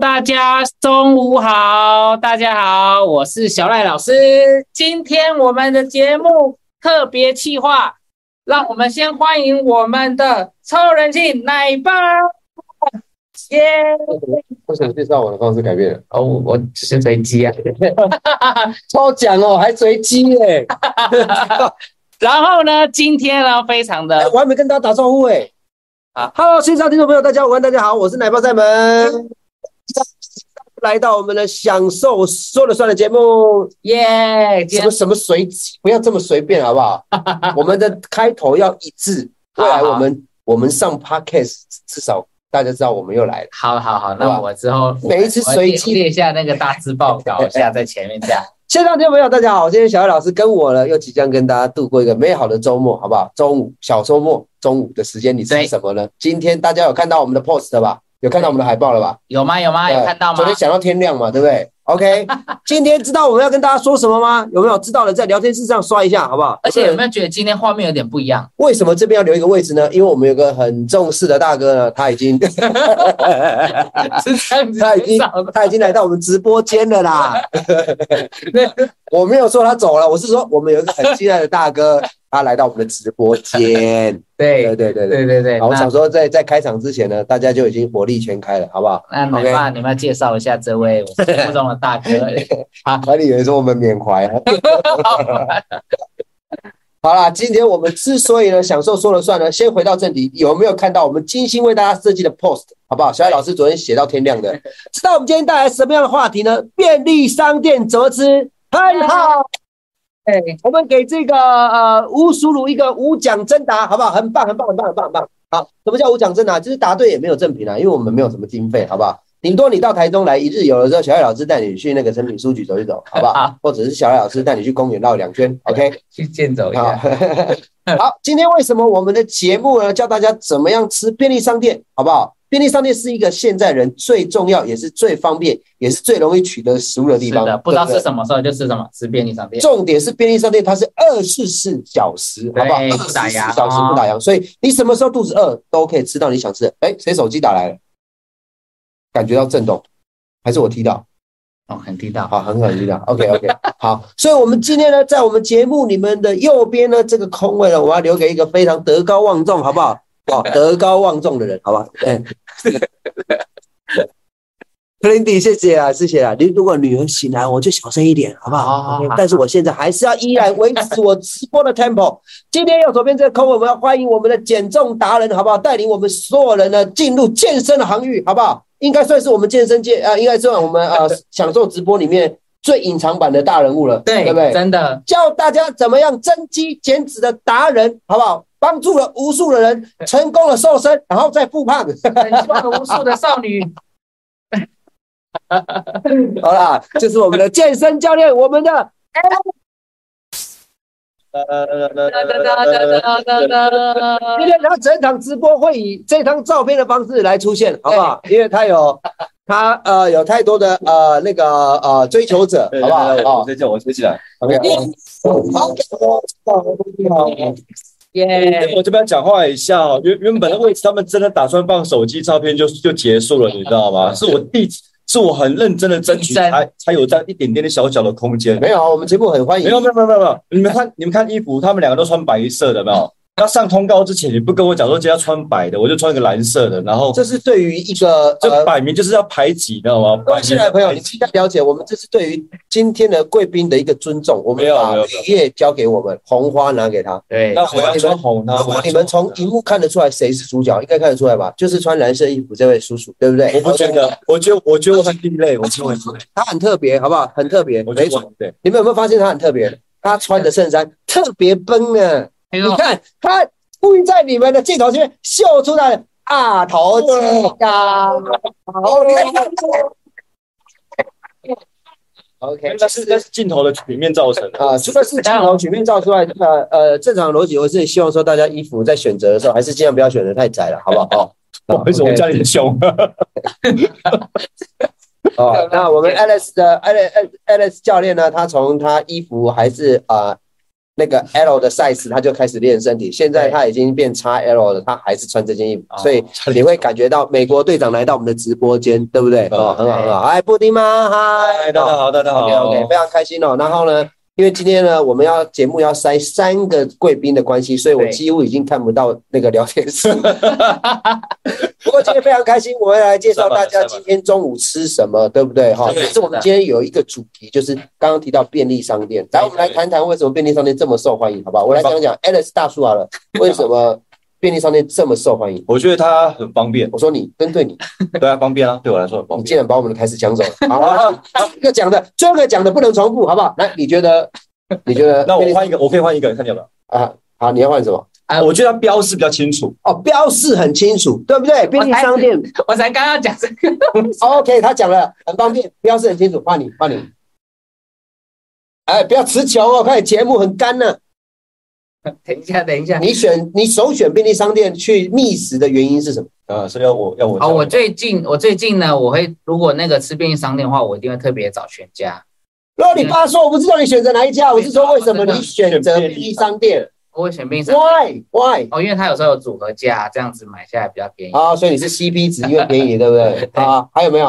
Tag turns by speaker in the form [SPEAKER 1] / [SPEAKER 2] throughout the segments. [SPEAKER 1] 大家中午好，大家好，我是小赖老师。今天我们的节目特别企划，让我们先欢迎我们的超人气奶爸，耶、
[SPEAKER 2] 我想介绍我的方式改变了，
[SPEAKER 3] 哦，我我只是随机啊。
[SPEAKER 2] 抽奖哦，还随机 耶！
[SPEAKER 1] 然后呢，今天呢，非常
[SPEAKER 2] 哎
[SPEAKER 1] 的
[SPEAKER 2] 我还没跟大家打招呼哎。
[SPEAKER 1] 啊
[SPEAKER 2] 啊，Hello，线上听众朋友，大家午安，大家好，我是奶爸塞门，来到我们的享受说了算的节目，
[SPEAKER 1] 耶，
[SPEAKER 2] 什
[SPEAKER 1] 今天
[SPEAKER 2] 么什么随机，不要这么随便好不 好？我们的开头要一致，
[SPEAKER 1] 好
[SPEAKER 2] 未来
[SPEAKER 1] 好
[SPEAKER 2] 我们我们上 Podcast 至少大家知道我们又来了。
[SPEAKER 3] 好好好，那
[SPEAKER 2] 哇
[SPEAKER 3] 我之后
[SPEAKER 2] 每一次
[SPEAKER 3] 我
[SPEAKER 2] 随机
[SPEAKER 3] 列列一下那个大致报告一下在前面这样。
[SPEAKER 2] 线上听众朋友，大家好，今天小艾老师跟我呢，又即将跟大家度过一个美好的周末，好不好？中午小周末，中午的时间你吃
[SPEAKER 3] 对
[SPEAKER 2] 什么呢？今天大家有看到我们的 post 了吧？有看到我们的海报了吧？
[SPEAKER 3] 有吗？有吗？啊有
[SPEAKER 2] 对
[SPEAKER 3] 看到吗
[SPEAKER 2] 昨？天想到天亮嘛，对不对？OK，今天知道我们要跟大家说什么吗？有没有知道的在聊天室上刷一下，好不好？
[SPEAKER 3] 而且
[SPEAKER 2] 有
[SPEAKER 3] 有
[SPEAKER 2] 没有
[SPEAKER 3] 没有觉得今天画面有点不一样？
[SPEAKER 2] 为什么这边要留一个位置呢？因为我们有个很重视的大哥呢，他已经
[SPEAKER 3] 是这样子
[SPEAKER 2] 他已经
[SPEAKER 3] 找的
[SPEAKER 2] 他已经来到我们直播间了 啦。我没有说他走了，我是说我们有一个很亲爱的大哥，他来到我们的直播间。对
[SPEAKER 3] 对
[SPEAKER 2] 对对对。
[SPEAKER 3] 对对对。
[SPEAKER 2] 好，我
[SPEAKER 3] 那
[SPEAKER 2] 想说在在开场之前呢，大家就已经火力全开了，好不好？
[SPEAKER 3] 那奶爸，你们要介绍一下这位我心目中的大 哥。
[SPEAKER 2] 管理员说我们缅怀。啊好啦，今天我们之所以呢享受说了算呢，先回到正题，有没有看到我们精心为大家设计的 post，好不好？小艾老师昨天写到天亮的，知道我们今天带来什么样的话题呢？便利商店怎么吃？很好，
[SPEAKER 1] 哎
[SPEAKER 2] 我们给这个呃吴淑鲁一个无奖征答，好不好？很棒，很棒，很棒，很棒，很棒。好，什么叫无奖征答？就是答对也没有赠品啊，因为我们没有什么经费，好不好？顶多你到台中来一日游的时候，小艾老师带你去那个成品书局走一走，好不好
[SPEAKER 3] 好？
[SPEAKER 2] 或者是小艾老师带你去公园绕 两圈，OK？
[SPEAKER 3] 去健走一
[SPEAKER 2] 好
[SPEAKER 3] 下。，
[SPEAKER 2] 好， 今天为什么我们的节目呢？教大家怎么样吃便利商店，好不好？便利商店是一个现在人最重要，也是最方便，也是最容易取得食物的地
[SPEAKER 3] 是
[SPEAKER 2] 方。
[SPEAKER 3] 的，不知道
[SPEAKER 2] 对对
[SPEAKER 3] 是什么时候就吃什么，吃便利商店。
[SPEAKER 2] 重点是便利商店它是二十四小时，
[SPEAKER 3] 对
[SPEAKER 2] 好不好？二
[SPEAKER 3] 哎不
[SPEAKER 2] 十
[SPEAKER 3] 打
[SPEAKER 2] 四
[SPEAKER 3] 烊
[SPEAKER 2] 小时不打烊，所以你什么时候肚子饿都可以吃到你想吃的。哎，谁手机打来了？感觉到震动，还是我踢到？
[SPEAKER 3] 哦，很地道。
[SPEAKER 2] 好，很好，听到。OK OK，好， 所以我们今天呢，在我们节目你们的右边呢，这个空位呢，我要留给一个非常德高望重，好不好？哦，德高望重的人，好吧？ 嗯。Plenty，谢谢啊，谢谢啊。你如果女儿醒来，我就小声一点，好不好？
[SPEAKER 3] 好好好
[SPEAKER 2] OK，但是我现在还是要依然维持我直播的 tempo。今天右手边这个空位，我们要欢迎我们的减重达人，好不好？带领我们所有人呢进入健身的行域，好不好？应该算是我们健身界啊、呃应该算我们呃享受直播里面最隐藏版的大人物了，
[SPEAKER 3] 对
[SPEAKER 2] 对不对？
[SPEAKER 3] 真的
[SPEAKER 2] 教大家怎么样增肌减脂的达人，好不好？帮助了无数的人成功的瘦身，然后再复胖。
[SPEAKER 1] 很希望无数的少女，
[SPEAKER 2] 好啦，这是我们的健身教练，我们的。
[SPEAKER 1] 哒哒哒哒哒哒哒
[SPEAKER 2] 今天他整场直播会以这张照片的方式来出现，好不好？因为他有他呃有太多的呃那个呃追求者，好不好？
[SPEAKER 4] 我
[SPEAKER 2] 好
[SPEAKER 4] 睡觉，我睡起来。
[SPEAKER 2] ，OK。
[SPEAKER 1] 耶！
[SPEAKER 2] 哎
[SPEAKER 4] 我这边讲话一下哦，原原本的位置他们真的打算放手机照片就就结束了，你知道
[SPEAKER 2] 嗯
[SPEAKER 4] 吗？是我第是我很认真的争取
[SPEAKER 3] 认
[SPEAKER 2] 啊
[SPEAKER 3] 真
[SPEAKER 4] 才才有这样一点点的小小的空间。
[SPEAKER 2] 没有啊，我们节目很欢
[SPEAKER 4] 没
[SPEAKER 2] 迎。
[SPEAKER 4] 有没有没有没有没有，你们看你们看衣服，他们两个都穿白色的，有没有？那上通告之前你不跟我讲说今天要穿白的，我就穿一个蓝色的，然后
[SPEAKER 2] 这是对于一个
[SPEAKER 4] 这
[SPEAKER 2] 呃，
[SPEAKER 4] 摆明就是要排挤，你知道吗？
[SPEAKER 2] 各位
[SPEAKER 4] 摆
[SPEAKER 2] 新
[SPEAKER 4] 明
[SPEAKER 2] 来的朋友，
[SPEAKER 4] 排
[SPEAKER 2] 你
[SPEAKER 4] 挤
[SPEAKER 2] 们应该了解，我们这是对于今天的贵宾的一个尊重。我们
[SPEAKER 4] 没有
[SPEAKER 2] 把
[SPEAKER 4] 没有
[SPEAKER 2] 绿叶交给我们，红花拿给他。
[SPEAKER 3] 对，
[SPEAKER 4] 那我要穿红呢
[SPEAKER 2] 如？果你们从荧幕看得出来谁是主角，应该看得出来吧？就是穿蓝色衣服这位叔叔，对不对？
[SPEAKER 4] 我不觉得，我觉得我觉得我很地雷，我觉得我很地
[SPEAKER 2] 他很特别，好不好？很特别，
[SPEAKER 4] 雷，我
[SPEAKER 2] 没
[SPEAKER 4] 觉得我
[SPEAKER 2] 错。
[SPEAKER 4] 很对。
[SPEAKER 2] 你们有没有发现他很特别？他穿的衬衫特别崩呢。
[SPEAKER 3] 哎
[SPEAKER 4] 啊
[SPEAKER 2] 你
[SPEAKER 3] 呦，
[SPEAKER 2] 看他故意在你们的镜头前面秀出他的大头肌啊！OK，
[SPEAKER 4] 那是那是镜头的里面造成的。
[SPEAKER 2] 啊，除了是镜头曲面照出来，呃呃，正常的逻辑我是希望说大家衣服在选择的时候，还是尽量不要选择太窄了，好不好？哦，
[SPEAKER 4] 不好意思，我家里很 凶。
[SPEAKER 2] 哦，哎那我们 Alice 的 Alice Alice 教练呢？他从他衣服还是啊、呃那个 L 的 size，他就开始练身体。现在他已经变 XL 了，他还是穿这件衣服，
[SPEAKER 3] 哦
[SPEAKER 2] 所以你会感觉到美国队长来到我们的直播间，对不对？
[SPEAKER 4] 对
[SPEAKER 2] 哦，很好很好。嗨，布丁妈，嗨，
[SPEAKER 4] 嗨，大家好，大家好
[SPEAKER 2] OK OK，非常开心哦。然后呢，因为今天呢，我们要节目要塞三个贵宾的关系，所以我
[SPEAKER 3] 对
[SPEAKER 2] 几乎已经看不到那个聊天 室。不过今天非常开心，我们来介绍大家
[SPEAKER 4] 塞吧塞吧
[SPEAKER 2] 今天中午吃什么，对不对？
[SPEAKER 1] 哦
[SPEAKER 2] 哈，
[SPEAKER 4] 对
[SPEAKER 2] 可是我们今天有一个主题，就是刚刚提到便利商店。来，我们来谈谈为什么便利商店这么受欢迎，好不好？我来讲讲 Alice 大叔好了，为什么便利商店这么受欢迎？
[SPEAKER 4] 我觉得它很 方便，
[SPEAKER 2] 我说你针对你，
[SPEAKER 4] 对啊，方便啊，对我来说很方
[SPEAKER 2] 你
[SPEAKER 4] 便。？
[SPEAKER 2] 竟然把我们的开始抢走了。好，啊好好第一个讲的，最后一个讲的不能重复，好不好？来，你觉得？ 你觉得
[SPEAKER 4] 那我换一个，我可以换一个，看见没有？
[SPEAKER 2] 啊，好，你要换什么？
[SPEAKER 4] 我觉得它标示比较清楚，
[SPEAKER 2] 哦，标示很清楚，对不对？便利商店
[SPEAKER 1] 我才刚刚讲这个，
[SPEAKER 2] ，OK，他讲了，很方便，标示很清楚。换你，换你。哎，不要持球哦，快点，节目很干呢、
[SPEAKER 1] 等一下，等一下。
[SPEAKER 2] 你选，你首选便利商店去觅食的原因是什么？
[SPEAKER 4] 呃，是要我要我
[SPEAKER 1] 哦，我最近我最近呢，我会如果那个吃便利商店的话，我一定会特别找全家。
[SPEAKER 2] 啰里吧嗦，我不知道你选择哪一家，我是说为什么你 选择便利商店
[SPEAKER 1] 我会选便利商店
[SPEAKER 2] ？Why why？
[SPEAKER 1] 哦，因为它有时候有组合价，这样子买下来比较便宜。
[SPEAKER 2] 啊，所以你是 CP 值，因为便宜，对不 对？啊，还有没有？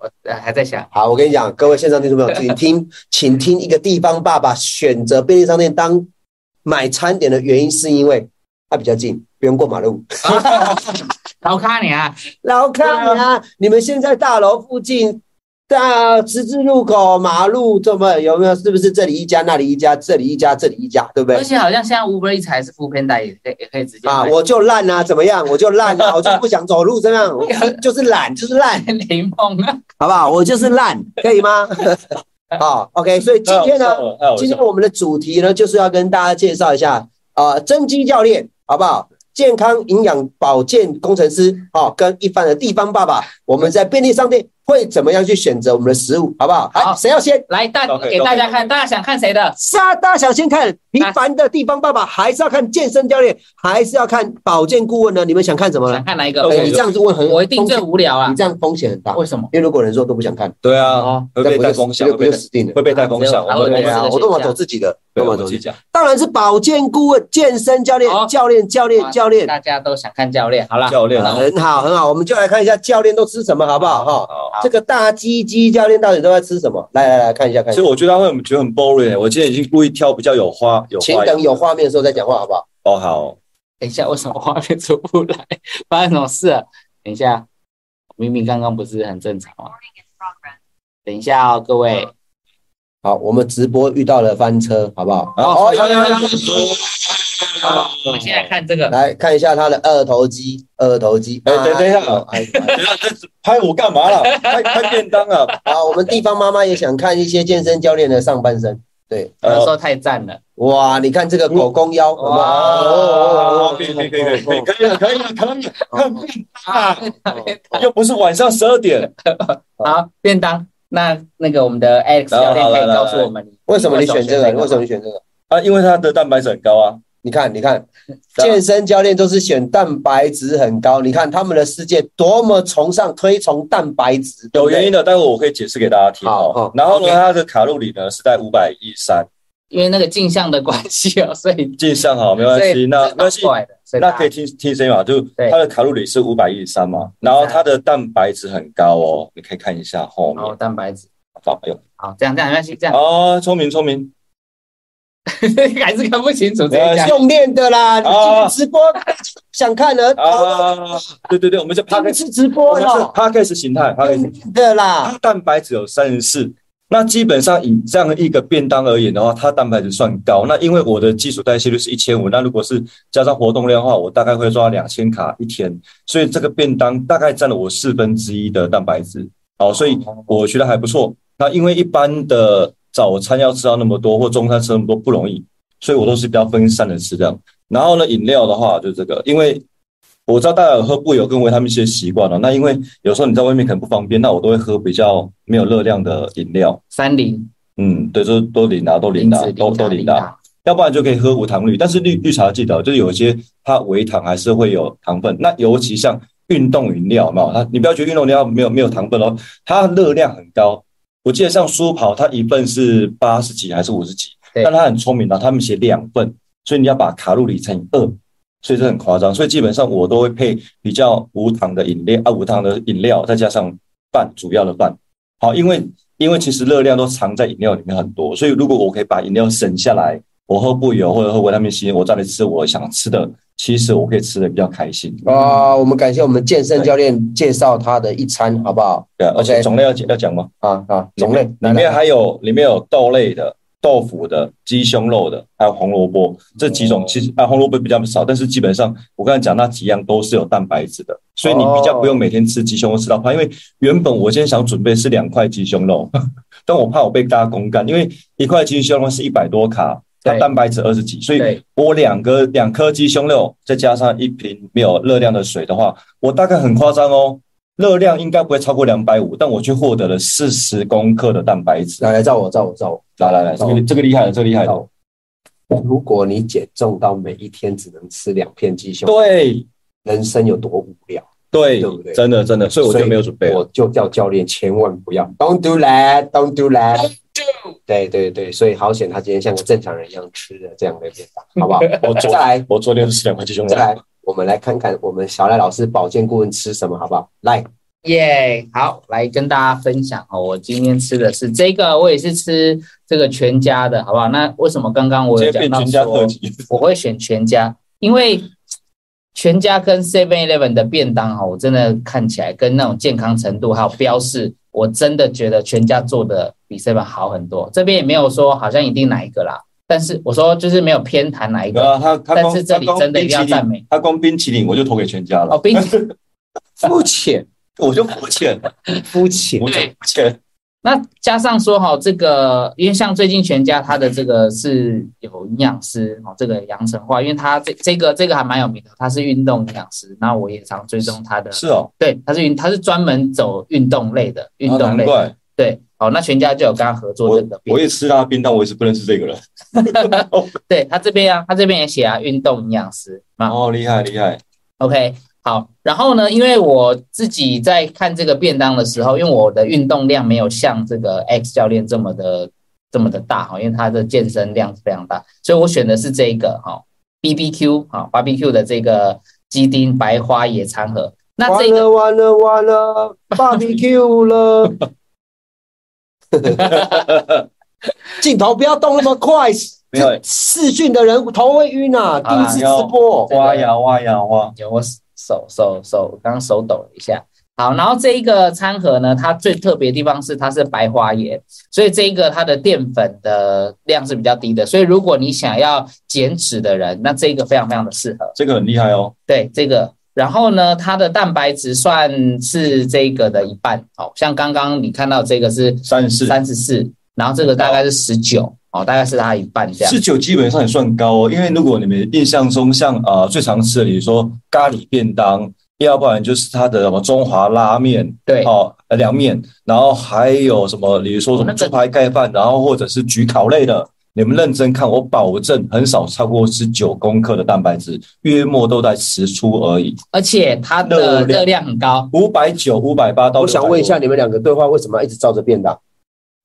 [SPEAKER 1] 我呃还在想，
[SPEAKER 2] 好，我跟你讲，各位线上听众朋友，请 听，请听一个地方爸爸选择便利商店当买餐点的原因，是因为它比较近，不用过马路。
[SPEAKER 1] 老卡你啊，
[SPEAKER 2] 老看啊，你们现在大楼附近、大十字路口、马路怎么有没有？是不是这里一家，那里一家，这里一家，这里一家，对不对
[SPEAKER 1] 而？且好像现在 Uber 一还是副片带，也可以也可以直接
[SPEAKER 2] 啊，
[SPEAKER 1] 买
[SPEAKER 2] 我就烂啊，怎么样？我就烂啊，我就不想 走路，怎么样？我就是就是懒，就是烂。
[SPEAKER 1] 雷梦 啊，
[SPEAKER 2] 好不好？我就是烂，可以吗？ 好，OK。所以今天呢
[SPEAKER 4] 太好笑了太好笑，了
[SPEAKER 2] 今天我们的主题呢，就是要跟大家介绍一下啊，增肌教练，好不好？健康营养保健工程师，好、跟一般的地方爸爸，我们在便利商店会怎么样去选择我们的食物，好不好？
[SPEAKER 1] 好
[SPEAKER 2] 好，谁要先？
[SPEAKER 1] 来大
[SPEAKER 4] 都可以
[SPEAKER 1] 给大家看，大家想看谁的？
[SPEAKER 2] 是啊，大家想先看平凡的地方爸爸，还是要看健身教练，还是要看保健顾问呢？你们想看什么
[SPEAKER 1] 想
[SPEAKER 2] 呢？
[SPEAKER 1] 看哪一个？
[SPEAKER 4] 都可
[SPEAKER 2] 哎
[SPEAKER 4] 以
[SPEAKER 2] 你这样子问很，
[SPEAKER 1] 我一定最
[SPEAKER 2] 风
[SPEAKER 1] 无聊
[SPEAKER 2] 险
[SPEAKER 1] 啊
[SPEAKER 2] 你！这样风险很大，
[SPEAKER 1] 为什么？
[SPEAKER 2] 因为如果人说都不想看，
[SPEAKER 4] 对啊，
[SPEAKER 1] 哦，
[SPEAKER 4] 会
[SPEAKER 2] 那
[SPEAKER 4] 被
[SPEAKER 2] 不
[SPEAKER 4] 带
[SPEAKER 2] 就
[SPEAKER 4] 风向，
[SPEAKER 2] 那
[SPEAKER 4] 会
[SPEAKER 2] 不就
[SPEAKER 4] 被带
[SPEAKER 2] 死定了？
[SPEAKER 4] 会被带风向，
[SPEAKER 1] 啊
[SPEAKER 4] 我
[SPEAKER 1] 对
[SPEAKER 4] 会
[SPEAKER 2] 对
[SPEAKER 4] 被
[SPEAKER 1] 啊
[SPEAKER 2] 啊，
[SPEAKER 1] 我
[SPEAKER 2] 我
[SPEAKER 1] 都
[SPEAKER 2] 都
[SPEAKER 1] 玩
[SPEAKER 2] 玩
[SPEAKER 1] 走
[SPEAKER 2] 走自己的，
[SPEAKER 4] 对
[SPEAKER 2] 都
[SPEAKER 4] 我
[SPEAKER 2] 玩走
[SPEAKER 4] 自
[SPEAKER 2] 自己。
[SPEAKER 4] 己讲。
[SPEAKER 2] 当然是保健顾问、健身教练、
[SPEAKER 1] 好
[SPEAKER 2] 教练、教练、教练。
[SPEAKER 1] 大家都想看教练，好啦，
[SPEAKER 4] 教练
[SPEAKER 2] 啊
[SPEAKER 4] 啊，
[SPEAKER 2] 很好，很好，我们就来看一下教练都吃什么，好不好？哈，
[SPEAKER 4] 好
[SPEAKER 2] 这个大鸡鸡教练到底都在吃什么？来来来看一下，看一
[SPEAKER 4] 所
[SPEAKER 2] 下
[SPEAKER 4] 以。我觉得他会很觉得很 boring 欸。我今天已经故意挑比较有花有
[SPEAKER 2] 请
[SPEAKER 4] 花
[SPEAKER 2] 等有画面的时候再讲话，好不好？
[SPEAKER 4] 哦好，
[SPEAKER 1] 等一下，为什么画面出不来？发生什么事了？等一下，明明刚刚不是很正常吗？等一下哦，各位，
[SPEAKER 4] 啊
[SPEAKER 2] 好，我们直播遇到了翻车，好不好？
[SPEAKER 4] 好
[SPEAKER 2] 哦有有有
[SPEAKER 1] 我们现在看这
[SPEAKER 4] 啊
[SPEAKER 1] 个，
[SPEAKER 2] 来看一下他的二头肌，二头肌。
[SPEAKER 4] 哎等等一下
[SPEAKER 2] 哎哎
[SPEAKER 4] 等一下这拍我干嘛啦？拍拍便当啊！
[SPEAKER 2] 哎好，我们地方妈妈也想看一些健身教练的上半身。对，
[SPEAKER 1] 那时
[SPEAKER 4] 呃，
[SPEAKER 1] 候太赞了，
[SPEAKER 2] 哇，你看这个狗公腰，有没有
[SPEAKER 1] 哇
[SPEAKER 4] 哦，可以可以可以可以可以可以了可以了可以了，看便当啊！又不是晚上十二点，啊
[SPEAKER 1] 好，便当。那那个我们的 Alex
[SPEAKER 4] 来
[SPEAKER 1] 教练可
[SPEAKER 4] 来
[SPEAKER 1] 以
[SPEAKER 4] 来
[SPEAKER 1] 告诉
[SPEAKER 4] 来
[SPEAKER 1] 我们，
[SPEAKER 2] 为什么你选这个？
[SPEAKER 1] 你
[SPEAKER 2] 你为
[SPEAKER 1] 为什
[SPEAKER 2] 什
[SPEAKER 1] 么
[SPEAKER 2] 么你选这个？
[SPEAKER 4] 啊，因为它的蛋白质很高啊。
[SPEAKER 2] 你看，你 看，健身教练都是选蛋白质很高。你看他们的世界多么崇尚推崇蛋白质，
[SPEAKER 4] 有原因
[SPEAKER 2] 因。
[SPEAKER 4] 的，待会我可以解释给大家听
[SPEAKER 2] 好好
[SPEAKER 4] 哦。然后
[SPEAKER 2] OK
[SPEAKER 4] 呢，它的卡路里呢是在五百一三，
[SPEAKER 1] 因为那个镜像的关系哦，所以
[SPEAKER 4] 镜像好，没关
[SPEAKER 1] 所
[SPEAKER 4] 系
[SPEAKER 1] 以。
[SPEAKER 4] 啊那没关系
[SPEAKER 1] 这，怪的，所以
[SPEAKER 4] 那
[SPEAKER 1] 大
[SPEAKER 4] 可以听听声音嘛？就
[SPEAKER 1] 对
[SPEAKER 4] 它的卡路里是五百一十三嘛，然后它的蛋白质很高哦，你可以看一下后
[SPEAKER 1] 家
[SPEAKER 4] 面
[SPEAKER 1] 好。蛋白质，
[SPEAKER 4] 好，哎呦
[SPEAKER 1] 好这样这样没关系， 这样
[SPEAKER 4] 哦，聪明聪明，
[SPEAKER 1] 还是看不清楚这
[SPEAKER 4] 没
[SPEAKER 1] 一
[SPEAKER 4] 关
[SPEAKER 1] 家
[SPEAKER 4] 系。
[SPEAKER 2] 哎用练的啦，你今
[SPEAKER 4] 啊
[SPEAKER 2] 天直播想看的，
[SPEAKER 4] 啊，对对对，我们叫 p
[SPEAKER 2] 他
[SPEAKER 4] a c
[SPEAKER 2] 们
[SPEAKER 4] a s
[SPEAKER 2] 是直
[SPEAKER 4] t 我
[SPEAKER 2] 播
[SPEAKER 4] 们是
[SPEAKER 2] 了，
[SPEAKER 4] p a c k a s t 形态 p a c k a s
[SPEAKER 2] 用
[SPEAKER 4] t
[SPEAKER 2] 练的啦。
[SPEAKER 4] 它蛋白质有三十四。那基本上以这样一个便当而言的话，它蛋白质算高。那因为我的基础代谢率是一千五，那如果是加上活动量的话，我大概会抓两千卡一天，所以这个便当大概占了我四分之一的蛋白质。好，所以我觉得还不错。那因为一般的早餐要吃到那么多，或中餐吃那么多不容易，所以我都是比较分散的吃这样。然后呢，饮料的话就这个，因为我知道大家有喝布有跟维他命 C 的习惯了、啊那因为有时候你在外面可能不方便，那我都会喝比较没有热量的饮料。
[SPEAKER 1] 三零
[SPEAKER 4] 嗯，对，就是都零啊，都零
[SPEAKER 1] 零
[SPEAKER 4] 啊
[SPEAKER 1] 脂，
[SPEAKER 4] 都都零
[SPEAKER 1] 零嗯
[SPEAKER 4] 啊。，要不然就可以喝无糖绿，但是绿绿茶记得哦就是有一些它微糖还是会有糖分，那尤其像运动饮料嘛，它你不要觉得运动饮料没有没有糖分哦，它热量很高。我记得像舒跑，它一份是八十几还是五十几，
[SPEAKER 3] 对
[SPEAKER 4] 但他很聪明啊，他们写两份，所以你要把卡路里乘以二，所以这很夸张。所以基本上我都会配比较无糖的饮料啊，无糖的饮料再加上饭，主要的饭。好，因为因为其实热量都藏在饮料里面很多，所以如果我可以把饮料省下来，我喝不油或者喝维他命 C，我再来吃我想吃的，其实我可以吃的比较开心。
[SPEAKER 2] 啊，我们感谢我们健身教练介绍他的一餐，好不好？
[SPEAKER 4] 对啊，而且
[SPEAKER 2] OK
[SPEAKER 4] 种类要讲要讲吗？
[SPEAKER 2] 啊啊，种类
[SPEAKER 4] 里面还有里面有豆类的、豆腐的、鸡胸肉的，还有红萝卜这几种。其实啊，红萝卜比较少，但是基本上我刚才讲那几样都是有蛋白质的，所以你比较不用每天吃鸡胸肉吃到怕。因为原本我今天想准备是两块鸡胸肉， 但我怕我被大家公干，因为一块鸡胸肉是一百多卡。它
[SPEAKER 3] 对
[SPEAKER 4] 蛋白质二十几，所以
[SPEAKER 3] 对
[SPEAKER 4] 我两个两颗鸡胸肉，再加上一瓶没有热量的水的话，我大概很夸张哦，热量应该不会超过两百五，但我却获得了四十公克的蛋白质。
[SPEAKER 2] 来来，照我照我照我。
[SPEAKER 4] 来来来，这个这个厉害了，这个厉害了。
[SPEAKER 2] 如果你减重到每一天只能吃两片鸡胸，
[SPEAKER 4] 对
[SPEAKER 2] 人生有多无聊？
[SPEAKER 4] 对
[SPEAKER 2] 对不对
[SPEAKER 4] 真的真的，所以我就没有准备
[SPEAKER 2] 我
[SPEAKER 4] 了。
[SPEAKER 2] 就叫教练千万不要，Don't do that，Don't do that。
[SPEAKER 1] 就
[SPEAKER 2] 对对对，所以好险他今天像个正常人一样吃的这样的便当， 好不好？
[SPEAKER 4] 我
[SPEAKER 2] 再
[SPEAKER 4] 昨
[SPEAKER 2] 来
[SPEAKER 4] 我昨天吃两块鸡胸肉
[SPEAKER 2] 再，来，我们来看看我们小赖老师保健顾问吃什么，好不好？来，
[SPEAKER 3] 耶好，来跟大家分享哦，我今天吃的是这个，我也是吃这个全家的，好不好？那为什么刚刚我
[SPEAKER 4] 今
[SPEAKER 3] 有讲
[SPEAKER 4] 天变
[SPEAKER 3] 到
[SPEAKER 4] 全家特
[SPEAKER 3] 说
[SPEAKER 4] 辑。
[SPEAKER 3] 我会选全家，因为全家跟 Seven Eleven 的便当哈，我真的看起来跟那种健康程度还有标示，我真的觉得全家做的比 Seven 好很多。这边也没有说好像一定哪一个啦，但是我说就是没有偏袒哪一
[SPEAKER 4] 对
[SPEAKER 3] 个
[SPEAKER 4] 啊，他他
[SPEAKER 3] 但
[SPEAKER 4] 光
[SPEAKER 3] 是这里
[SPEAKER 4] 他光
[SPEAKER 3] 真的
[SPEAKER 4] 冰
[SPEAKER 3] 一定要
[SPEAKER 4] 淇淋
[SPEAKER 3] 赞美
[SPEAKER 4] 他光冰淇淋我就投给全家
[SPEAKER 3] 哦，
[SPEAKER 4] 了，
[SPEAKER 3] 并且
[SPEAKER 2] 肤浅，
[SPEAKER 4] 哦我就不欠，
[SPEAKER 2] 肤浅
[SPEAKER 4] 我就不欠。
[SPEAKER 3] 那加上说哈，这个因为像最近全家它的这个是有营养师哦，这个杨成化，因为他这这个这个还蛮有名的，他是运动营养师，那我也常追踪他的
[SPEAKER 4] 是哦，
[SPEAKER 3] 对，他是运，他是专门走运动类的，运
[SPEAKER 4] 啊
[SPEAKER 3] 动
[SPEAKER 4] 难
[SPEAKER 3] 类的、
[SPEAKER 4] 怪
[SPEAKER 3] 对。好，那全家就有跟他合作
[SPEAKER 4] 我
[SPEAKER 3] 这个
[SPEAKER 4] 我
[SPEAKER 3] 病，
[SPEAKER 4] 也吃他的冰，但我也是不认识这个人。
[SPEAKER 3] 对他这边啊，他这边也写啊，运动营养师嘛、
[SPEAKER 4] 哦，厉害厉害，
[SPEAKER 3] OK，好，然后呢，因为我自己在看这个便当的时候，因为我的运动量没有像这个 X 教练这么的这么的大哈，因为他的健身量是非常大，所以我选的是这个哈 BBQ 哈 BBQ 的这个鸡丁白花野餐盒。那这
[SPEAKER 2] 完
[SPEAKER 3] 个
[SPEAKER 2] 了完了完了，barbecue 了，镜头不要动那么快，
[SPEAKER 4] 没有
[SPEAKER 2] 这视讯的人头会晕啊，
[SPEAKER 3] 好
[SPEAKER 2] 第一
[SPEAKER 3] 啦
[SPEAKER 2] 次直播
[SPEAKER 3] 对
[SPEAKER 4] 挖呀挖呀挖，
[SPEAKER 3] 有我手手手刚刚手抖了一下。好，然后这一个餐盒呢，它最特别的地方是它是白花椰，所以这一个它的淀粉的量是比较低的，所以如果你想要减脂的人，那这个非常非常的适合。
[SPEAKER 4] 这个很厉害哦。
[SPEAKER 3] 对这个，然后呢，它的蛋白质算是这个的一半，哦，像刚刚你看到这个是
[SPEAKER 4] 三十
[SPEAKER 3] 三十四，然后这个大概是十九，哦，大概是它一半这样
[SPEAKER 4] 四。九基本上也算高哦，因为如果你们印象中像呃最常吃的，比如说咖喱便当，要不然就是它的什么中华拉面
[SPEAKER 3] 对，
[SPEAKER 4] 哦，呃凉面，然后还有什么，比如说什
[SPEAKER 3] 哦那
[SPEAKER 4] 么
[SPEAKER 3] 个
[SPEAKER 4] 猪排盖饭，然后或者是焗烤类的。你们认真看，我保证很少超过十九公克的蛋白质，约莫都在十出而已，
[SPEAKER 3] 而且它
[SPEAKER 4] 热
[SPEAKER 3] 的
[SPEAKER 4] 量
[SPEAKER 3] 热量很高，
[SPEAKER 4] 五百九、五百八到600。
[SPEAKER 2] 我想问一下，你们两个对话为什么一直照着啊便当？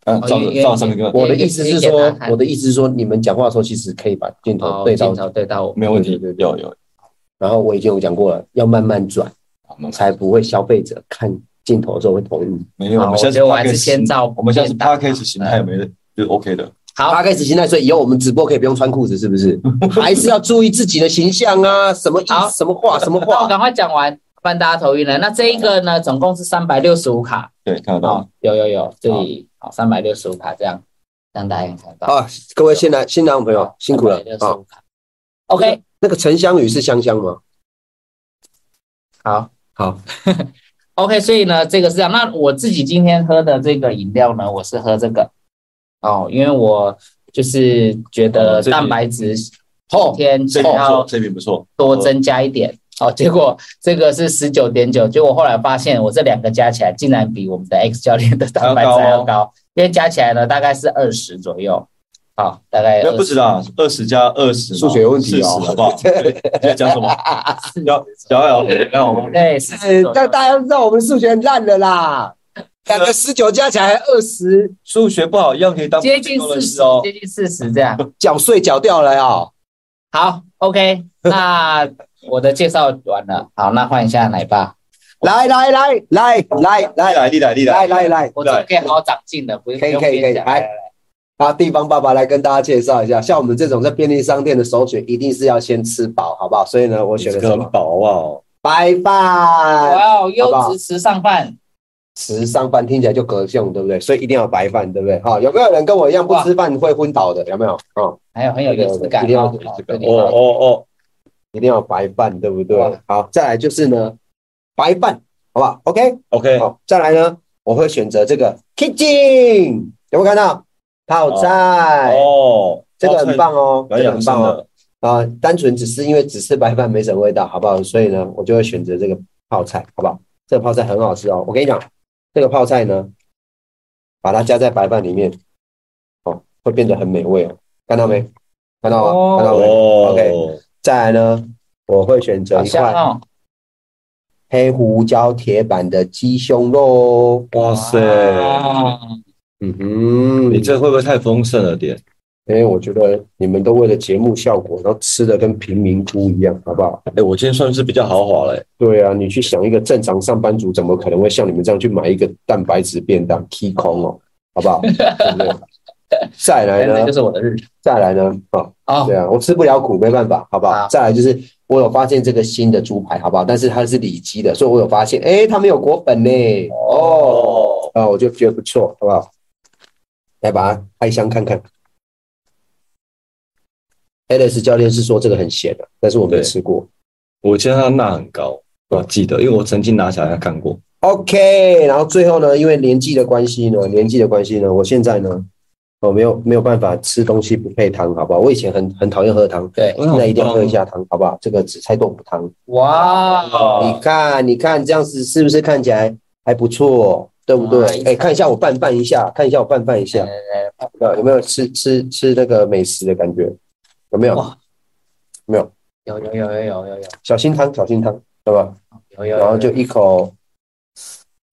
[SPEAKER 4] 嗯，照
[SPEAKER 3] 哦也
[SPEAKER 4] 着照上一个
[SPEAKER 3] 也
[SPEAKER 2] 我的意思是
[SPEAKER 3] 也也
[SPEAKER 2] 说
[SPEAKER 3] 也，也
[SPEAKER 2] 我的意思是说，你们讲话的时候其实可以把镜头
[SPEAKER 3] 哦，
[SPEAKER 2] 对到
[SPEAKER 3] 镜，头对到我。
[SPEAKER 4] 没有问题
[SPEAKER 2] 对对，对
[SPEAKER 4] 有有，
[SPEAKER 2] 然后我已经有讲过了，要慢慢转，
[SPEAKER 4] 我们
[SPEAKER 2] 才不会消费者看镜头的时候会头晕。
[SPEAKER 4] 没有，
[SPEAKER 3] 好
[SPEAKER 4] 我们现
[SPEAKER 3] 我
[SPEAKER 4] 在
[SPEAKER 3] 觉得我还是先照
[SPEAKER 4] 我们现在是
[SPEAKER 3] 便当
[SPEAKER 4] podcast 形态，没的就 OK 的。
[SPEAKER 3] 好，
[SPEAKER 2] 大概是现在，所以以后我们直播可以不用穿裤子，是不 是？还是要注意自己的形象啊，什么意
[SPEAKER 3] 好
[SPEAKER 2] 什么话什么
[SPEAKER 3] 那我
[SPEAKER 2] 话。
[SPEAKER 3] 赶快讲完，不然大家头晕了。那这一个呢，总共是三百六十五卡，
[SPEAKER 4] 对，看得到
[SPEAKER 3] 好，。有有有，这里好三百六十五卡这样，让大家也看到。
[SPEAKER 2] 啊，各位新来新郎朋友辛苦了
[SPEAKER 3] 六十
[SPEAKER 2] 啊！
[SPEAKER 3] 五卡。OK，
[SPEAKER 2] 那个沉香雨是香香吗？
[SPEAKER 3] 好
[SPEAKER 2] 好
[SPEAKER 3] OK，所以呢，这个是这样。那我自己今天喝的这个饮料呢，我是喝这个哦，因为我就是觉
[SPEAKER 4] 哦
[SPEAKER 3] 得
[SPEAKER 4] 这里
[SPEAKER 3] 蛋白质后
[SPEAKER 2] 哦，
[SPEAKER 3] 天
[SPEAKER 4] 这
[SPEAKER 3] 想
[SPEAKER 4] 边不
[SPEAKER 3] 要
[SPEAKER 4] 错，这边不错，
[SPEAKER 3] 多增加一点。哦，结果这个是十九点九，结果后来发现我这两个加起来竟然比我们的 X 教练的蛋白质
[SPEAKER 2] 哦
[SPEAKER 3] 还要
[SPEAKER 4] 还要
[SPEAKER 3] 高，因为加起来呢大概是二十左右，好、大概
[SPEAKER 4] 那不
[SPEAKER 3] 20
[SPEAKER 4] 止啦，二十加二十，
[SPEAKER 2] 数学有问题
[SPEAKER 4] 40
[SPEAKER 2] 哦
[SPEAKER 4] 好不好？ 对你在讲什么？要要要要，
[SPEAKER 3] 对，是
[SPEAKER 2] 哎 呃，但大家都知道我们数学很烂的啦。两个十九加起来还二十，
[SPEAKER 4] 数学不好一样可以当
[SPEAKER 3] 接近
[SPEAKER 4] 工
[SPEAKER 3] 四
[SPEAKER 4] 作的
[SPEAKER 3] 十
[SPEAKER 4] 事哦，。
[SPEAKER 3] 接近四十这样。
[SPEAKER 2] 缴税缴掉了啊！
[SPEAKER 3] 好，OK，那我的介绍完了，好，那换一下奶爸，
[SPEAKER 2] 来来来来来
[SPEAKER 4] 历
[SPEAKER 2] 来
[SPEAKER 4] 来历来历
[SPEAKER 2] 来来来，
[SPEAKER 3] 我这可以好好长进的，不是
[SPEAKER 2] 可以
[SPEAKER 3] 不用
[SPEAKER 2] 可以
[SPEAKER 3] 边
[SPEAKER 2] 可以
[SPEAKER 3] 讲
[SPEAKER 2] 来啊！地方爸爸来跟大家介绍一下，像我们这种在便利商店的首选，一定是要先吃饱，好不好？所以呢，我选了
[SPEAKER 4] 这个
[SPEAKER 2] 什
[SPEAKER 4] 很
[SPEAKER 2] 么？
[SPEAKER 4] 薄啊，
[SPEAKER 2] 白饭。
[SPEAKER 3] 哇哦，
[SPEAKER 2] 好不
[SPEAKER 3] 优
[SPEAKER 2] 哎好
[SPEAKER 3] 质时尚饭，
[SPEAKER 2] 吃上饭听起来就隔性，对不对？所以一定要白饭，对不对？哈、有没有人跟我一样不吃饭会昏倒的？有没有？哦，
[SPEAKER 3] 还哎有很有仪式感
[SPEAKER 2] 一定要
[SPEAKER 3] 哦
[SPEAKER 2] 有仪式感，
[SPEAKER 3] 这个地
[SPEAKER 4] 哦
[SPEAKER 3] 方
[SPEAKER 4] 哦
[SPEAKER 2] 一定要白饭，对不对
[SPEAKER 3] 哇？
[SPEAKER 2] 好，再来就是呢，白饭，好不好？OK，
[SPEAKER 4] 哦，OK，
[SPEAKER 2] 好，再来呢，我会选择这个 kitchen，有没有看到？泡菜，
[SPEAKER 4] 哦，
[SPEAKER 2] 这个很棒哦，
[SPEAKER 4] 蛮
[SPEAKER 2] 这个
[SPEAKER 4] 养
[SPEAKER 2] 很
[SPEAKER 4] 生
[SPEAKER 2] 棒哦。
[SPEAKER 4] 的，
[SPEAKER 2] 啊、单纯只是因为只吃白饭没什么味道，好不好？所以呢，我就会选择这个泡菜，好不好？这个泡菜很好吃哦，我跟你讲，这个泡菜呢，把它加在白饭里面，哦，会变得很美味哦，看到没？看到吗？
[SPEAKER 3] 哦
[SPEAKER 2] 看到没？
[SPEAKER 4] 哦
[SPEAKER 2] OK 再来呢，我会选择
[SPEAKER 3] 好
[SPEAKER 2] 一
[SPEAKER 3] 香
[SPEAKER 2] 块
[SPEAKER 3] 哦，
[SPEAKER 2] 黑胡椒铁板的鸡胸肉。
[SPEAKER 4] 哇塞，
[SPEAKER 3] 哇
[SPEAKER 2] 嗯哼，
[SPEAKER 4] 你这会不会太丰盛了点？
[SPEAKER 2] 因为我觉得你们都为了节目效果，然后吃的跟贫民窟一样，好不好？
[SPEAKER 4] 哎，我今天算是比较豪华了，欸
[SPEAKER 2] 对啊，你去想一个正常上班族怎么可能会像你们这样去买一个蛋白质便当 K 空哦，好不好？对不对？再
[SPEAKER 3] 哎
[SPEAKER 2] 来
[SPEAKER 3] 那就
[SPEAKER 2] 呢，
[SPEAKER 3] 是我的日常
[SPEAKER 2] 再来呢，哦，
[SPEAKER 3] 哦
[SPEAKER 2] 对，啊，我吃不了苦，没办法，好不好
[SPEAKER 3] 好？
[SPEAKER 2] 再来就是我有发现这个新的猪排，好不好？但是它是里脊的，所以我有发现，哎，它没有果粉呢，哦，啊，我就觉得不错，好不好？来把它开箱看看。Alex 教练是说这个很咸的，但是我没
[SPEAKER 4] 对
[SPEAKER 2] 吃过。
[SPEAKER 4] 我今天它钠很高，我记得，因为我曾经拿起来看过，
[SPEAKER 2] OK，然后最后呢，因为年纪的关系呢，年纪的关系呢，我现在呢，我没有没有办法吃东西不配汤，好不好？我以前很很讨厌喝汤，
[SPEAKER 3] 对，
[SPEAKER 4] 我
[SPEAKER 2] 现
[SPEAKER 4] 想
[SPEAKER 2] 在一定要喝一下汤，好不好？这个紫菜豆腐汤，
[SPEAKER 3] 哇哦，
[SPEAKER 2] 你看，你看这样子是不是看起来还不错，对不
[SPEAKER 3] 哇
[SPEAKER 2] 对？哎，看一下我拌拌一下，看一下我拌拌一下，有有没有吃吃吃那个美食的感觉？有没有？
[SPEAKER 3] 哇有有有有有有有
[SPEAKER 2] 小心汤，小心汤，对吧？
[SPEAKER 3] 有有，
[SPEAKER 2] 然后就一口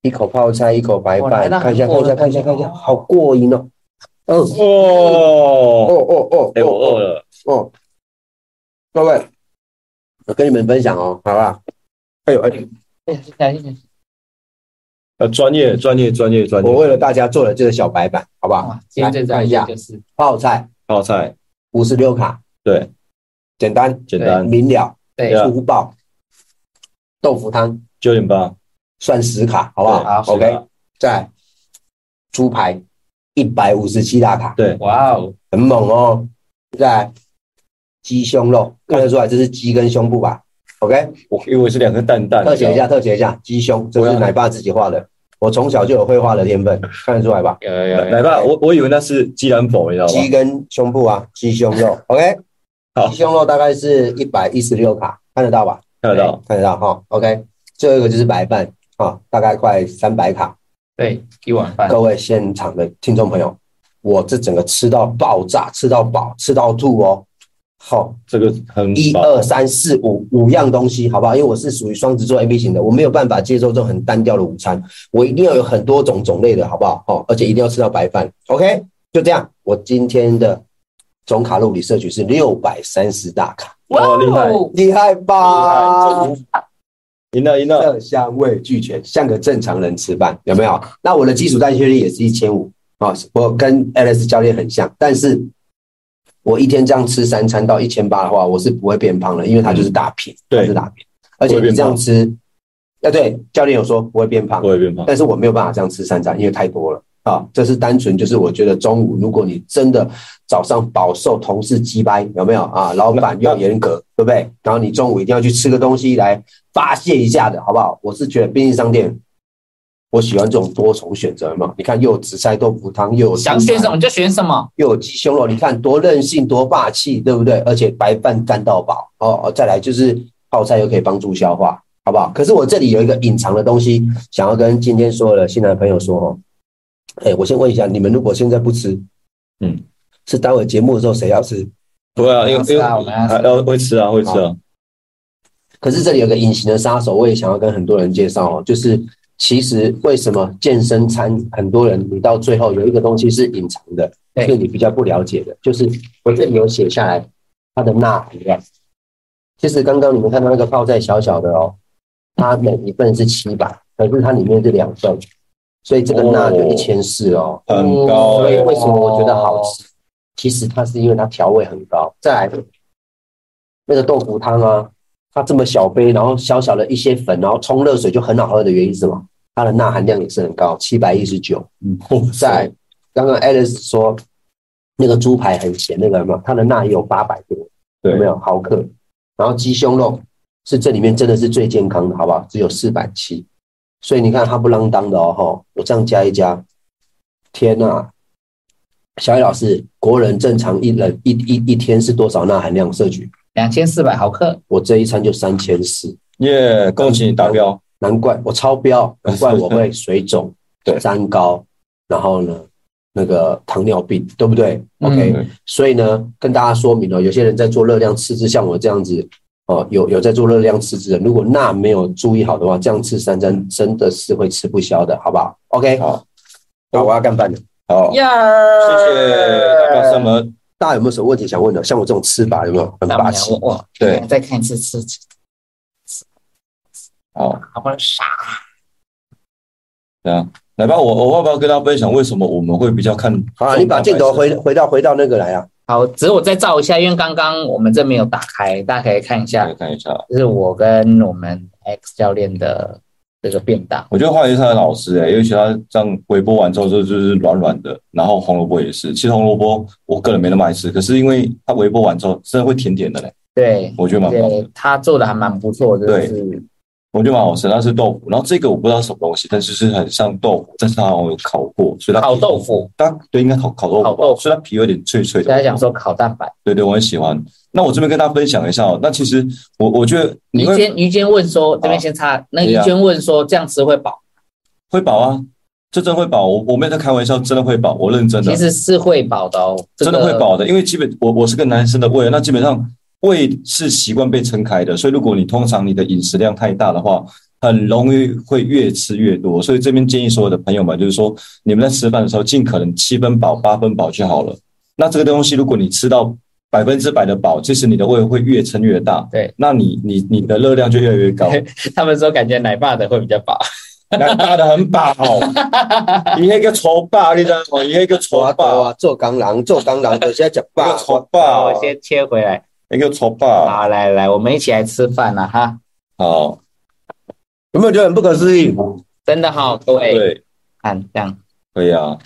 [SPEAKER 2] 一口泡菜，一口白
[SPEAKER 3] 哇
[SPEAKER 2] 饭，
[SPEAKER 3] 来到
[SPEAKER 2] 看一下，看
[SPEAKER 3] 韩
[SPEAKER 2] 一
[SPEAKER 3] 国
[SPEAKER 2] 下，
[SPEAKER 3] 了
[SPEAKER 2] 看一下，
[SPEAKER 3] 感觉
[SPEAKER 2] 看一下，好过瘾哦！嗯，哦
[SPEAKER 4] 哦，
[SPEAKER 2] 哦哦，
[SPEAKER 4] 哎，我饿
[SPEAKER 2] 了
[SPEAKER 4] 了，
[SPEAKER 2] 哦，各位，我跟你们分享哦，好不好？哎呦哎，
[SPEAKER 3] 感谢你
[SPEAKER 4] 呃，专业专业专业专业，
[SPEAKER 2] 我为了大家做了这个小白板，好不好？
[SPEAKER 3] 哇，今天最重要的就是
[SPEAKER 2] 泡菜
[SPEAKER 4] 泡菜，
[SPEAKER 2] 五十六卡，
[SPEAKER 4] 对，
[SPEAKER 2] 简单
[SPEAKER 4] 简单
[SPEAKER 2] 明了，
[SPEAKER 3] 对
[SPEAKER 4] 对啊
[SPEAKER 2] 粗暴。豆腐汤
[SPEAKER 4] 九点八，
[SPEAKER 2] 算十卡，好不
[SPEAKER 4] 对好
[SPEAKER 2] 好
[SPEAKER 4] 十
[SPEAKER 2] ？OK，
[SPEAKER 4] 卡
[SPEAKER 2] 再来猪排一百五十七大卡，
[SPEAKER 4] 对，
[SPEAKER 3] 哇哦，
[SPEAKER 2] 很猛
[SPEAKER 4] 嗯
[SPEAKER 2] 哦。再来，鸡胸肉看得出来这是鸡跟胸部吧？OK，
[SPEAKER 4] 我因为我是两个蛋蛋，
[SPEAKER 2] 特写一下，特写一下，鸡胸，这
[SPEAKER 4] 我
[SPEAKER 2] 是
[SPEAKER 4] 要
[SPEAKER 2] 奶爸自己画的。我从小就有绘画的天分，看得出来吧？
[SPEAKER 3] 有有
[SPEAKER 4] 奶
[SPEAKER 3] 有
[SPEAKER 4] 奶爸，我我以为那是鸡蛋否，你知道
[SPEAKER 2] 鸡
[SPEAKER 4] 吗？
[SPEAKER 2] 跟胸部啊，鸡胸 肉，OK，
[SPEAKER 4] 啊好
[SPEAKER 2] 鸡胸肉大概是一百一十六卡，看得到吧？
[SPEAKER 4] 看得
[SPEAKER 3] 哎
[SPEAKER 4] 到，
[SPEAKER 2] 看得到哈，OK。最后一个就是白饭啊，大概快三百卡。
[SPEAKER 3] 对一碗饭，
[SPEAKER 2] 各位现场的听众朋友，我这整个吃到爆炸，吃到饱，吃到吐哦。好、
[SPEAKER 4] 这个很
[SPEAKER 2] 一
[SPEAKER 4] 饱
[SPEAKER 2] 二三四五五样东西，好不好？因为我是属于双子座 A B 型的，我没有办法接受这种很单调的午餐，我一定要有很多种种类的，好不好？哦，而且一定要吃到白饭。OK，就这样，我今天的总卡路里摄取是六百三十大卡，
[SPEAKER 4] 哦厉害
[SPEAKER 3] 哦
[SPEAKER 2] 厉害吧？
[SPEAKER 4] 赢了赢了，
[SPEAKER 2] 色香味俱全，像个正常人吃饭，有没有？那我的基础代谢率也是一千五啊，我跟 Alex 教练很像，但是我一天这样吃三餐到一千八的话，我是不会变胖的，因为它就是大片，
[SPEAKER 4] 对
[SPEAKER 2] 它是大片，而且你这样吃，啊，对，教练有说不会变胖
[SPEAKER 4] 不，会变胖，
[SPEAKER 2] 但是我没有办法这样吃三餐，因为太多了啊。这是单纯就是我觉得中午如果你真的早上饱受同事鸡掰，有没有啊？老板又严格，对不对？然后你中午一定要去吃个东西来发泄一下的，好不好？我是觉得便利商店，我喜欢这种多重选择嘛。你看，又有紫菜豆腐汤，又有
[SPEAKER 3] 想
[SPEAKER 2] 猪排
[SPEAKER 3] 选什么就选什么，
[SPEAKER 2] 又有鸡胸肉，你看多任性多霸气，对不对？而且白饭干到饱哦，哦再来就是泡菜又可以帮助消化，好不好？可是我这里有一个隐藏的东西，想要跟今天所有的新来的朋友说哦，哎，我先问一下，你们如果现在不吃，
[SPEAKER 4] 嗯，
[SPEAKER 2] 是待会节目的时候谁要吃？
[SPEAKER 4] 不会啊，因为
[SPEAKER 3] 我们
[SPEAKER 4] 因
[SPEAKER 3] 要吃
[SPEAKER 4] 为
[SPEAKER 3] 啊我们要吃
[SPEAKER 4] 还要会吃啊会吃啊，
[SPEAKER 2] 可是这里有个隐形的杀手，我也想要跟很多人介绍哦，就是其实为什么健身餐很多人你到最后有一个东西是隐藏的，
[SPEAKER 3] 对
[SPEAKER 2] 是你比较不了解的，就是我这里有写下来它的钠含量。其实刚刚你们看到那个泡菜小小的哦，它每一份是七百，可是它里面是两份，所以这个钠就
[SPEAKER 4] 哦
[SPEAKER 2] 一千四哦。
[SPEAKER 4] 很高
[SPEAKER 2] 所以
[SPEAKER 4] 欸
[SPEAKER 2] 为什么我觉得好吃？其实它是因为它调味很高。再来，那个豆腐汤啊，它这么小杯，然后小小的一些粉，然后冲热水就很好喝的原因是什么？它的钠含量也是很高，七百一十九。
[SPEAKER 4] 嗯，
[SPEAKER 2] 再来，刚刚 Alice 说那个猪排很咸，那个嘛，它的钠也有八百多，
[SPEAKER 4] 对
[SPEAKER 2] 有没有毫克？然后鸡胸肉是这里面真的是最健康的，好不好？只有四百七，所以你看它不啷当的哦，吼，我这样加一加，天呐、小野老师，国人正常一人一一一天是多少钠含量摄取？
[SPEAKER 3] 两千四百毫克，
[SPEAKER 2] 我这一餐就三千四，
[SPEAKER 4] 耶，恭喜你达标，
[SPEAKER 2] 难怪我超标，难怪我会水肿、
[SPEAKER 4] 对
[SPEAKER 2] 三高，然后呢，那个糖尿病，对不对？OK，、
[SPEAKER 3] 哎
[SPEAKER 4] 对
[SPEAKER 2] 所以呢，跟大家说明哦，有些人在做热量赤字，像我这样子哦，有有在做热量赤字的，如果钠没有注意好的话，这样吃三餐真的是会吃不消的，好不好？OK，
[SPEAKER 4] 好，
[SPEAKER 2] 那我要干饭了。
[SPEAKER 4] 好，谢
[SPEAKER 1] 呀，
[SPEAKER 4] 谢达标三门，
[SPEAKER 2] 大家有没有什么问题想问的？像我这种吃法有没有很
[SPEAKER 3] 那我
[SPEAKER 2] 霸
[SPEAKER 3] 们
[SPEAKER 2] 气
[SPEAKER 3] 我？我
[SPEAKER 4] 对
[SPEAKER 3] 再看一次吃，吃
[SPEAKER 4] 好，
[SPEAKER 3] 好不傻，
[SPEAKER 4] 这样来吧，我我要不要跟大家分享为什么我们会比较看？
[SPEAKER 2] 好啊，你把镜头回回到回到那个来啊，
[SPEAKER 3] 好，只是我再照一下，因为刚刚我们这没有打开，大家可以看一下
[SPEAKER 4] 来，看一下，
[SPEAKER 3] 这是我跟我们 X 教练的这个便当。
[SPEAKER 4] 我觉得华是他的老师哎、欸，尤其他这样微波完之后就就是软软的，然后红萝卜也是。其实红萝卜我个人没那么爱吃，可是因为它微波完之后真的会甜甜的嘞、
[SPEAKER 3] 对，
[SPEAKER 4] 我觉得蛮棒的，
[SPEAKER 3] 对，他做的还蛮不错，就是
[SPEAKER 4] 我觉得蛮好吃。那是豆腐，然后这个我不知道什么东西，但是是很像豆腐，但是它好像有烤过，所以它
[SPEAKER 3] 烤豆腐。
[SPEAKER 4] 它对应该烤烤豆腐吧，
[SPEAKER 3] 烤豆腐
[SPEAKER 4] 所以它皮有点脆脆的。
[SPEAKER 3] 大家讲说烤蛋白，
[SPEAKER 4] 对对，我很喜欢。那我这边跟大家分享一下哦。那其实我我觉得
[SPEAKER 3] 于
[SPEAKER 4] 你会
[SPEAKER 3] 坚于坚问说，这边先插，那于坚问说这样吃会饱，
[SPEAKER 4] 会饱啊，这真的会饱。我我没有在开玩笑，真的会饱，我认真的
[SPEAKER 3] 其。实是会饱的哦，这
[SPEAKER 4] 真
[SPEAKER 3] 个
[SPEAKER 4] 的会。饱的，因为基本我我是个男生的胃，啊那基本上胃是习惯被撑开的，所以如果你通常你的饮食量太大的话，很容易会越吃越多。所以这边建议所有的朋友们，就是说你们在吃饭的时候，尽可能七分饱、八分饱就好了。那这个东西，如果你吃到百分之百的饱，其实你的胃会越撑越大，
[SPEAKER 3] 对，
[SPEAKER 4] 那你你你的热量就越来 越高，
[SPEAKER 3] 他们说感觉奶爸的会比较饱，
[SPEAKER 4] 那大的很饱，你那个丑霸，你知道吗？你那个丑
[SPEAKER 2] 我
[SPEAKER 4] 霸，
[SPEAKER 2] 啊，做蟑螂，做蟑螂的， 现在讲
[SPEAKER 4] 那
[SPEAKER 2] 霸
[SPEAKER 4] 个，丑
[SPEAKER 3] 那
[SPEAKER 4] 霸
[SPEAKER 3] 我，先切回来。
[SPEAKER 4] 那个丑霸，
[SPEAKER 3] 好，来来，我们一起来吃饭了哈，
[SPEAKER 4] 好。
[SPEAKER 2] 有没有觉得很不可思议？
[SPEAKER 3] 真的好，各位
[SPEAKER 4] 对，
[SPEAKER 3] 看这样，
[SPEAKER 4] 可以啊。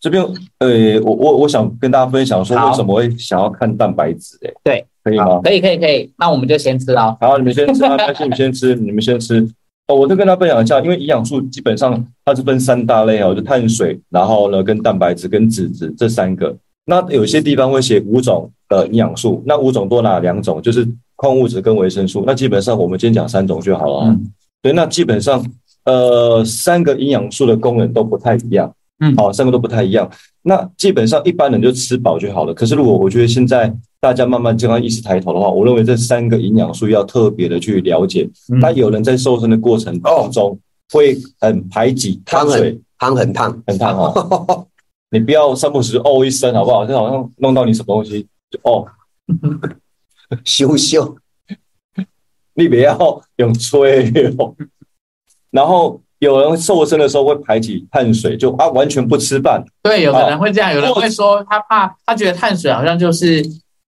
[SPEAKER 4] 这边，呃，我我我想跟大家分享说，
[SPEAKER 3] 好
[SPEAKER 4] 为什么会想要看蛋白质、欸？
[SPEAKER 3] 对，
[SPEAKER 4] 可以吗
[SPEAKER 3] 好？可以可以可以，那我们就先吃了哦。
[SPEAKER 4] 好，你们先吃啊，但是你们先吃， 你们先吃。哦，我再跟大家分享一下，因为营养素基本上它是分三大类哦，就碳水，然后呢跟蛋白质跟脂质这三个。那有些地方会写五种呃营养素，那五种多哪两种？就是矿物质跟维生素。那基本上我们今天讲三种就好了哦、
[SPEAKER 3] 嗯
[SPEAKER 4] 对，那基本上呃三个营养素的功能都不太一样。
[SPEAKER 3] 嗯
[SPEAKER 4] 好、三个都不太一样。那基本上一般人就吃饱就好了。可是如果我觉得现在大家慢慢健康意识抬头的话，我认为这三个营养素要特别的去了解。
[SPEAKER 3] 嗯
[SPEAKER 4] 那有人在瘦身的过程当中会很排挤碳水，
[SPEAKER 2] 汤很烫，
[SPEAKER 4] 很烫哦。 你不要三不时就哦一声好不好？就好像弄到你什么东西就哦，
[SPEAKER 2] 羞羞。
[SPEAKER 4] 你不要用吹哦。然后有人瘦身的时候会排挤碳水，就啊完全不吃饭，
[SPEAKER 3] 对，有
[SPEAKER 4] 好
[SPEAKER 3] 的人会这样，有人会说他怕，他觉得碳水好像就是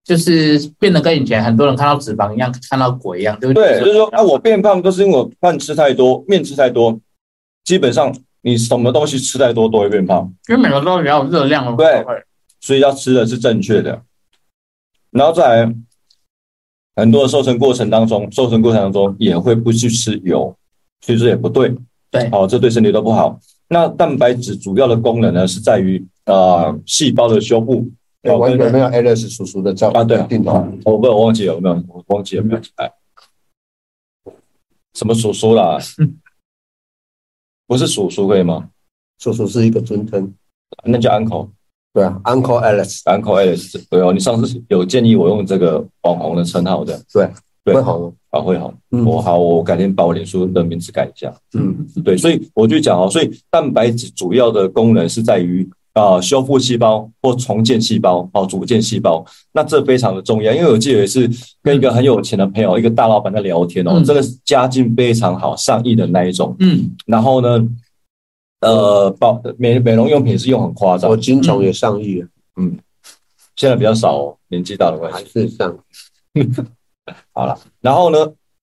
[SPEAKER 3] 就是变得跟以前很多人看到脂肪一样，看到鬼一样，就
[SPEAKER 4] 对，就是说，啊，我变胖都是因为我饭吃太多，面吃太多。基本上你什么东西吃太多都会变胖，
[SPEAKER 3] 因为每个都比较有热量的
[SPEAKER 4] 对所以要吃的是正确的。然后再来，很多的瘦身过程当中，瘦身过程当中也会不去吃油，其实也不对。
[SPEAKER 3] 对
[SPEAKER 4] 哦，这对身体都不好。那蛋白质主要的功能呢，是在于呃细胞的修复。哦跟
[SPEAKER 2] 没有 Alice 叔叔的照
[SPEAKER 4] 啊对啊
[SPEAKER 2] 镜头。
[SPEAKER 4] 我不，我忘记有没有，我忘记有没有起来。什么叔叔啦？不是叔叔可以吗？
[SPEAKER 2] 叔叔是一个尊称，
[SPEAKER 4] 那叫 uncle
[SPEAKER 2] 对啊，Uncle Alice，
[SPEAKER 4] uncle Alice。对哦，你上次有建议我用这个网红的称号的，
[SPEAKER 2] 对，
[SPEAKER 4] 对
[SPEAKER 2] 会好吗？
[SPEAKER 4] 啊，会好。
[SPEAKER 2] 嗯
[SPEAKER 4] 我好，我改天把我脸书的名字改一下。
[SPEAKER 2] 嗯
[SPEAKER 4] 对，所以我就讲哦，所以蛋白质主要的功能是在于啊、呃修复细胞或重建细胞，哦组建细胞，那这非常的重要。因为我记得有一次跟一个很有钱的朋友，一个大老板在聊天哦，
[SPEAKER 3] 嗯
[SPEAKER 4] 真的是家境非常好，上亿的那一种。
[SPEAKER 3] 嗯，
[SPEAKER 4] 然后呢，呃，保美美容用品是用很夸张
[SPEAKER 2] 嗯我，金虫也上亿啊了，
[SPEAKER 4] 现在比较少哦，年纪大的关系
[SPEAKER 2] 还。是上，
[SPEAKER 4] 好了，然后呢，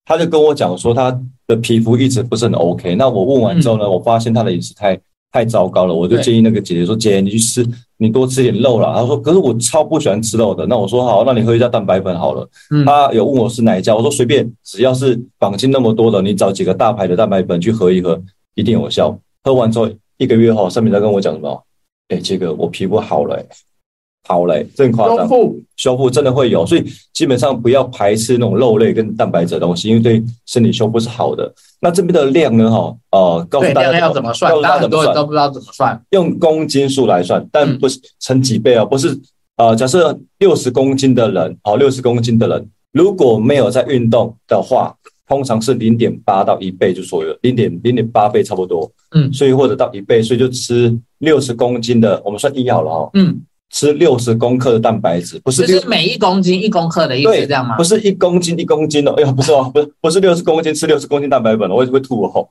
[SPEAKER 4] 他就跟我讲说他的皮肤一直不是很 OK。那我问完之后呢，我发现他的饮食太太糟糕了，我
[SPEAKER 3] 嗯
[SPEAKER 4] 就
[SPEAKER 3] 对
[SPEAKER 4] 建议那个姐姐说：“姐，你去吃，你多吃点肉啦。”她说：“可是我超不喜欢吃肉的。”那我说：“好，那你喝一下蛋白粉好了。
[SPEAKER 3] 嗯
[SPEAKER 4] 他有问我是哪一家，我说随便，只要是绑金那么多的，你找几个大牌的蛋白粉去喝一喝，一定有效。喝完之后一个月后，上面在跟我讲什么？哎、这个我皮肤好了、欸，好了、欸，真夸张。
[SPEAKER 2] 复
[SPEAKER 4] 修复真的会
[SPEAKER 3] 嗯
[SPEAKER 4] 有，所以基本上不要排斥那种肉类跟蛋白质的东西，因为对身体修复是好的。那这边的量呢？哈，呃，告
[SPEAKER 3] 对，
[SPEAKER 4] 诉大
[SPEAKER 3] 量
[SPEAKER 4] 家
[SPEAKER 3] 要怎么算
[SPEAKER 4] 告？诉
[SPEAKER 3] 当
[SPEAKER 4] 大
[SPEAKER 3] 然
[SPEAKER 4] 家
[SPEAKER 3] 很
[SPEAKER 4] 怎
[SPEAKER 3] 多人
[SPEAKER 4] 么算，
[SPEAKER 3] 都不知道怎么算。
[SPEAKER 4] 用公斤数来算，但
[SPEAKER 3] 嗯
[SPEAKER 4] 不是乘几倍啊，不是呃，假设六十公斤的人，哦，六十公斤的人如果没有在运动的话，通常是零点八到一倍就左右，零点零点八倍差不多，
[SPEAKER 3] 嗯
[SPEAKER 4] 所以或者到一倍，所以就吃六十公斤的，我们算一好了哦，
[SPEAKER 3] 嗯，
[SPEAKER 4] 吃六十公克的蛋白质，不是
[SPEAKER 3] 就
[SPEAKER 4] 六
[SPEAKER 3] 是每一公斤一公克的意思，
[SPEAKER 4] 对
[SPEAKER 3] 这样吗
[SPEAKER 4] 不？是一公斤一公斤的，哎呀，不是哦，不是不是六十公斤吃六十公斤蛋白粉了，我也会吐哦。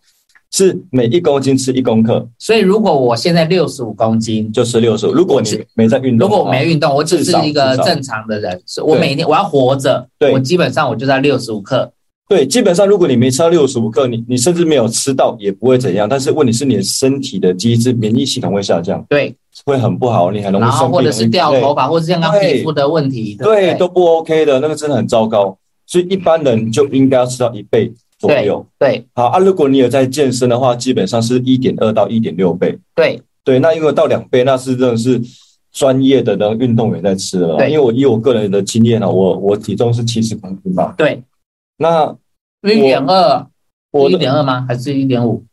[SPEAKER 4] 是每一公斤吃一公克，
[SPEAKER 3] 所以如果我现在六十五公斤，
[SPEAKER 4] 就吃六十。如果你
[SPEAKER 3] 是
[SPEAKER 4] 没在运动的话，
[SPEAKER 3] 如果我没运动，我只
[SPEAKER 4] 至
[SPEAKER 3] 是
[SPEAKER 4] 少
[SPEAKER 3] 一个
[SPEAKER 4] 至少
[SPEAKER 3] 正常的人，是我
[SPEAKER 4] 对
[SPEAKER 3] 每天我要活着，
[SPEAKER 4] 对
[SPEAKER 3] 我基本上我就在六十五克。
[SPEAKER 4] 对，基本上如果你没吃到六十五克，你你甚至没有吃到也不会怎样。但是问题是你的身体的机制免疫系统会下降，
[SPEAKER 3] 对，
[SPEAKER 4] 会很不好，你很容易
[SPEAKER 3] 然
[SPEAKER 4] 生病，
[SPEAKER 3] 后或者是
[SPEAKER 4] 容易
[SPEAKER 3] 掉
[SPEAKER 4] 累
[SPEAKER 3] 头发，或者是像刚
[SPEAKER 4] 对
[SPEAKER 3] 皮肤的问题，对不
[SPEAKER 4] 对，都不 OK 的，那个真的很糟糕。所以一般人就应该要吃到一倍左右。
[SPEAKER 3] 对
[SPEAKER 4] 好啊，如果你有在健身的话，基本上是一点二到一点六倍。
[SPEAKER 3] 对
[SPEAKER 4] 对，那因为到两倍，那是真的是专业的那个运动员在吃了啦。
[SPEAKER 3] 对
[SPEAKER 4] 因为我以我个人的经验呢、啊我我体重是七十公斤嘛，
[SPEAKER 3] 对，
[SPEAKER 4] 那
[SPEAKER 3] 一点二，
[SPEAKER 4] 我
[SPEAKER 3] 一点二吗？还是一点五？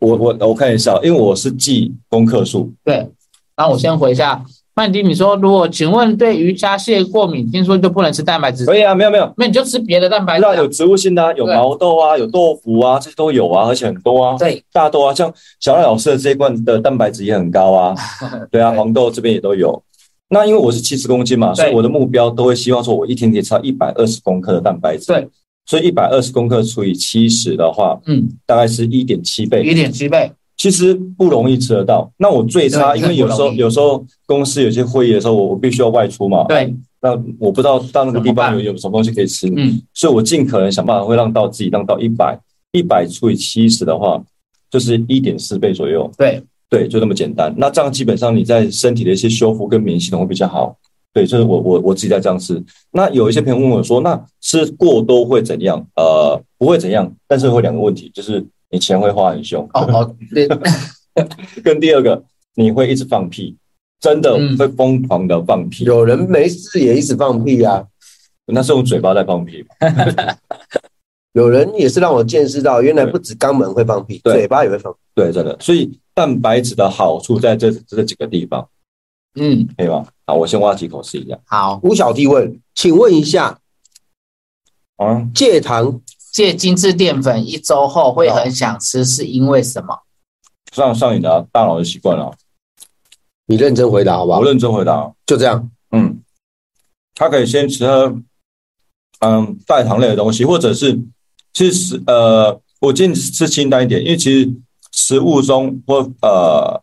[SPEAKER 4] 我我我看一下，因为我是记功课数，
[SPEAKER 3] 对，那我先回一下曼迪，你说如果请问对于虾蟹过敏，听说就不能吃蛋白质，
[SPEAKER 4] 可以啊，没有没有，
[SPEAKER 3] 那你就吃别的蛋白质
[SPEAKER 4] 那
[SPEAKER 3] 啊、
[SPEAKER 4] 有植物性的、啊，有
[SPEAKER 3] 对
[SPEAKER 4] 毛豆啊，有豆腐啊，这些都有啊，而且很多啊，
[SPEAKER 3] 对，
[SPEAKER 4] 大豆啊，像小赖老师的这一罐的蛋白质也很高 啊，对啊，
[SPEAKER 3] 对
[SPEAKER 4] 黄豆这边也都有。那因为我是七十公斤嘛，
[SPEAKER 3] 对
[SPEAKER 4] 所以我的目标都会希望说，我一天可以吃到一百二十公克的蛋白质。
[SPEAKER 3] 对，
[SPEAKER 4] 所以一百二十公克除以七十的话，
[SPEAKER 3] 嗯，
[SPEAKER 4] 大概是一点七倍，
[SPEAKER 3] 一点七倍，
[SPEAKER 4] 其实不容易吃得到。那我最差，
[SPEAKER 3] 对
[SPEAKER 4] 因为有时
[SPEAKER 3] 很不
[SPEAKER 4] 候
[SPEAKER 3] 容易
[SPEAKER 4] 有时候公司有些会议的时候，我我必须要外出嘛，
[SPEAKER 3] 对，
[SPEAKER 4] 那我不知道到那个
[SPEAKER 3] 怎
[SPEAKER 4] 地
[SPEAKER 3] 么办
[SPEAKER 4] 方有有什么东西可以吃，
[SPEAKER 3] 嗯，
[SPEAKER 4] 所以我尽可能想办法会让到自己让到一百，一百除以七十的话，就是一点四倍左右，
[SPEAKER 3] 对，
[SPEAKER 4] 对，就那么简单。那这样基本上你在身体的一些修复跟免疫系统会比较好。对，这是我我我自己在这样吃。那有一些朋友问我说，那吃过多会怎样？呃，不会怎样，但是会有两个问题，就是你钱会花很凶，
[SPEAKER 3] 哦哦，对，
[SPEAKER 4] 跟第二个，你会一直放屁，真的
[SPEAKER 3] 嗯
[SPEAKER 4] 会疯狂的放屁。
[SPEAKER 2] 有人没事也一直放屁啊，
[SPEAKER 4] 那是用嘴巴在放屁，
[SPEAKER 2] 有人也是让我见识到，原来不止肛门会放屁，
[SPEAKER 4] 对
[SPEAKER 2] 嘴巴也会放屁。
[SPEAKER 4] 对，真的。所以蛋白质的好处在这这几个地方，
[SPEAKER 3] 嗯，
[SPEAKER 4] 可以吗？好，我先挖几口试一下。
[SPEAKER 3] 好，
[SPEAKER 2] 吴小弟问，请问一下，
[SPEAKER 4] 啊，
[SPEAKER 2] 戒糖
[SPEAKER 3] 戒精致淀粉一周后会很想吃，是因为什么？
[SPEAKER 4] 上上瘾的啊大脑的习惯了，
[SPEAKER 2] 你认真回答好不好
[SPEAKER 4] 我？认真回答啊。
[SPEAKER 2] 就这样，
[SPEAKER 4] 嗯，他可以先吃喝，嗯，代糖类的东西，或者是其实呃，我建议吃清淡一点，因为其实食物中或呃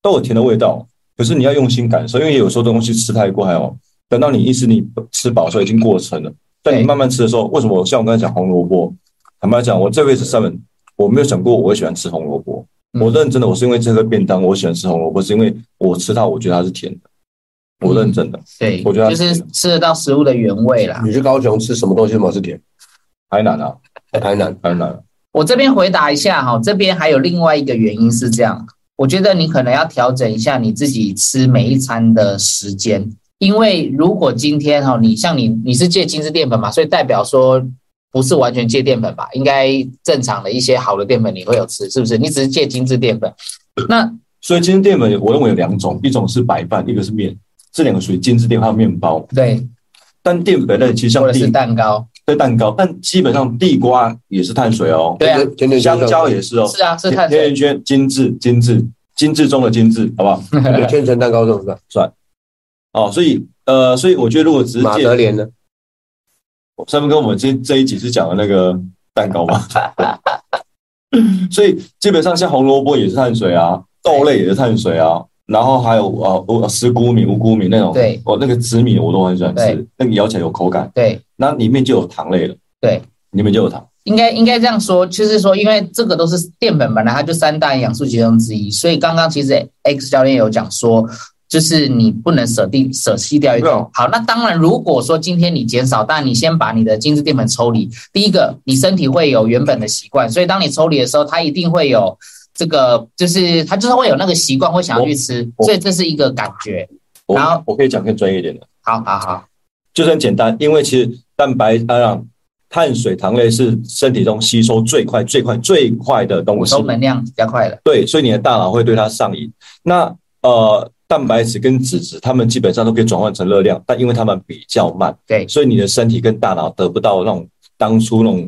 [SPEAKER 4] 都有甜的味道，可是你要用心感受，因为有时候东西吃太快哦，等到你意识你吃饱的时候已经过程了，但你慢慢吃的时候，为什么像我刚才讲红萝卜？坦白讲，我这辈子上面我没有想过我会喜欢吃红萝卜。
[SPEAKER 3] 嗯
[SPEAKER 4] 我认真的，我是因为这个便当，我喜欢吃红萝卜，是因为我吃它，我觉得它是甜的。我认真的，
[SPEAKER 3] 对，
[SPEAKER 4] 我觉得
[SPEAKER 3] 就是吃得到嗯食物的原味啦。
[SPEAKER 2] 你去高雄吃什么东西都满是 甜，
[SPEAKER 4] 台南啊，
[SPEAKER 2] 在台南
[SPEAKER 4] 台南啊，
[SPEAKER 3] 我这边回答一下哈，这边还有另外一个原因是这样，我觉得你可能要调整一下你自己吃每一餐的时间，因为如果今天哈，你像你你是戒精致淀粉嘛，所以代表说不是完全戒淀粉吧，应该正常的一些好的淀粉你会有吃，是不是？你只是戒精致淀粉，那
[SPEAKER 4] 所以精致淀粉我认为有两种，一种是白饭，一个是面，这两个属于精致淀粉还有面包。
[SPEAKER 3] 对，
[SPEAKER 4] 但淀粉类其实
[SPEAKER 3] 或
[SPEAKER 4] 像
[SPEAKER 3] 者是
[SPEAKER 4] 地
[SPEAKER 3] 蛋糕，
[SPEAKER 4] 对蛋糕，但基本上地瓜也是碳水哦，
[SPEAKER 3] 对啊，
[SPEAKER 2] 甜点
[SPEAKER 4] 香蕉也是哦，
[SPEAKER 3] 是啊，是碳
[SPEAKER 4] 甜
[SPEAKER 3] 水
[SPEAKER 4] 甜。圈精致精致精致中的精致，好不好？
[SPEAKER 2] 有千层蛋糕这种是吧？
[SPEAKER 4] 哦，所以呃，所以我觉得如果只是
[SPEAKER 2] 马
[SPEAKER 4] 借
[SPEAKER 2] 德莲呢？
[SPEAKER 4] 上面跟我们这这一集是讲的那个蛋糕 嘛，所以基本上像红萝卜也是碳水啊，豆类也是碳水啊，然后还有啊呃石谷米、五谷米那种，
[SPEAKER 3] 对
[SPEAKER 4] 哦那个紫米我都很喜欢吃
[SPEAKER 3] 对，
[SPEAKER 4] 那个咬起来有口感，
[SPEAKER 3] 对
[SPEAKER 4] 那里面就有糖类了，
[SPEAKER 3] 对，
[SPEAKER 4] 里面就有糖，
[SPEAKER 3] 应该应该这样说，就是说，因为这个都是淀粉，本来它就三大营养素其中之一，所以刚刚其实 X 教练有讲说，就是你不能舍定舍弃掉一
[SPEAKER 4] 对啊
[SPEAKER 3] 种。好，那当然，如果说今天你减少，但你先把你的精致淀粉抽离，第一个，你身体会有原本的习惯，所以当你抽离的时候，它一定会有这个，就是它就是会有那个习惯，会想要去吃，
[SPEAKER 4] 我
[SPEAKER 3] 所以这是一个感觉。
[SPEAKER 4] 我
[SPEAKER 3] 然后
[SPEAKER 4] 我可以讲更专业一点的。
[SPEAKER 3] 好好好，
[SPEAKER 4] 就是很简单，因为其实蛋白当然碳水、糖类是身体中吸收最快、最快、最快的东
[SPEAKER 3] 我
[SPEAKER 4] 西
[SPEAKER 3] 收，能量比较快了。
[SPEAKER 4] 对，所以你的大脑会对它上瘾。那呃，蛋白质跟脂质，它们基本上都可以转换成热量，但因为它们比较慢，
[SPEAKER 3] 对
[SPEAKER 4] 所以你的身体跟大脑得不到那种当初那种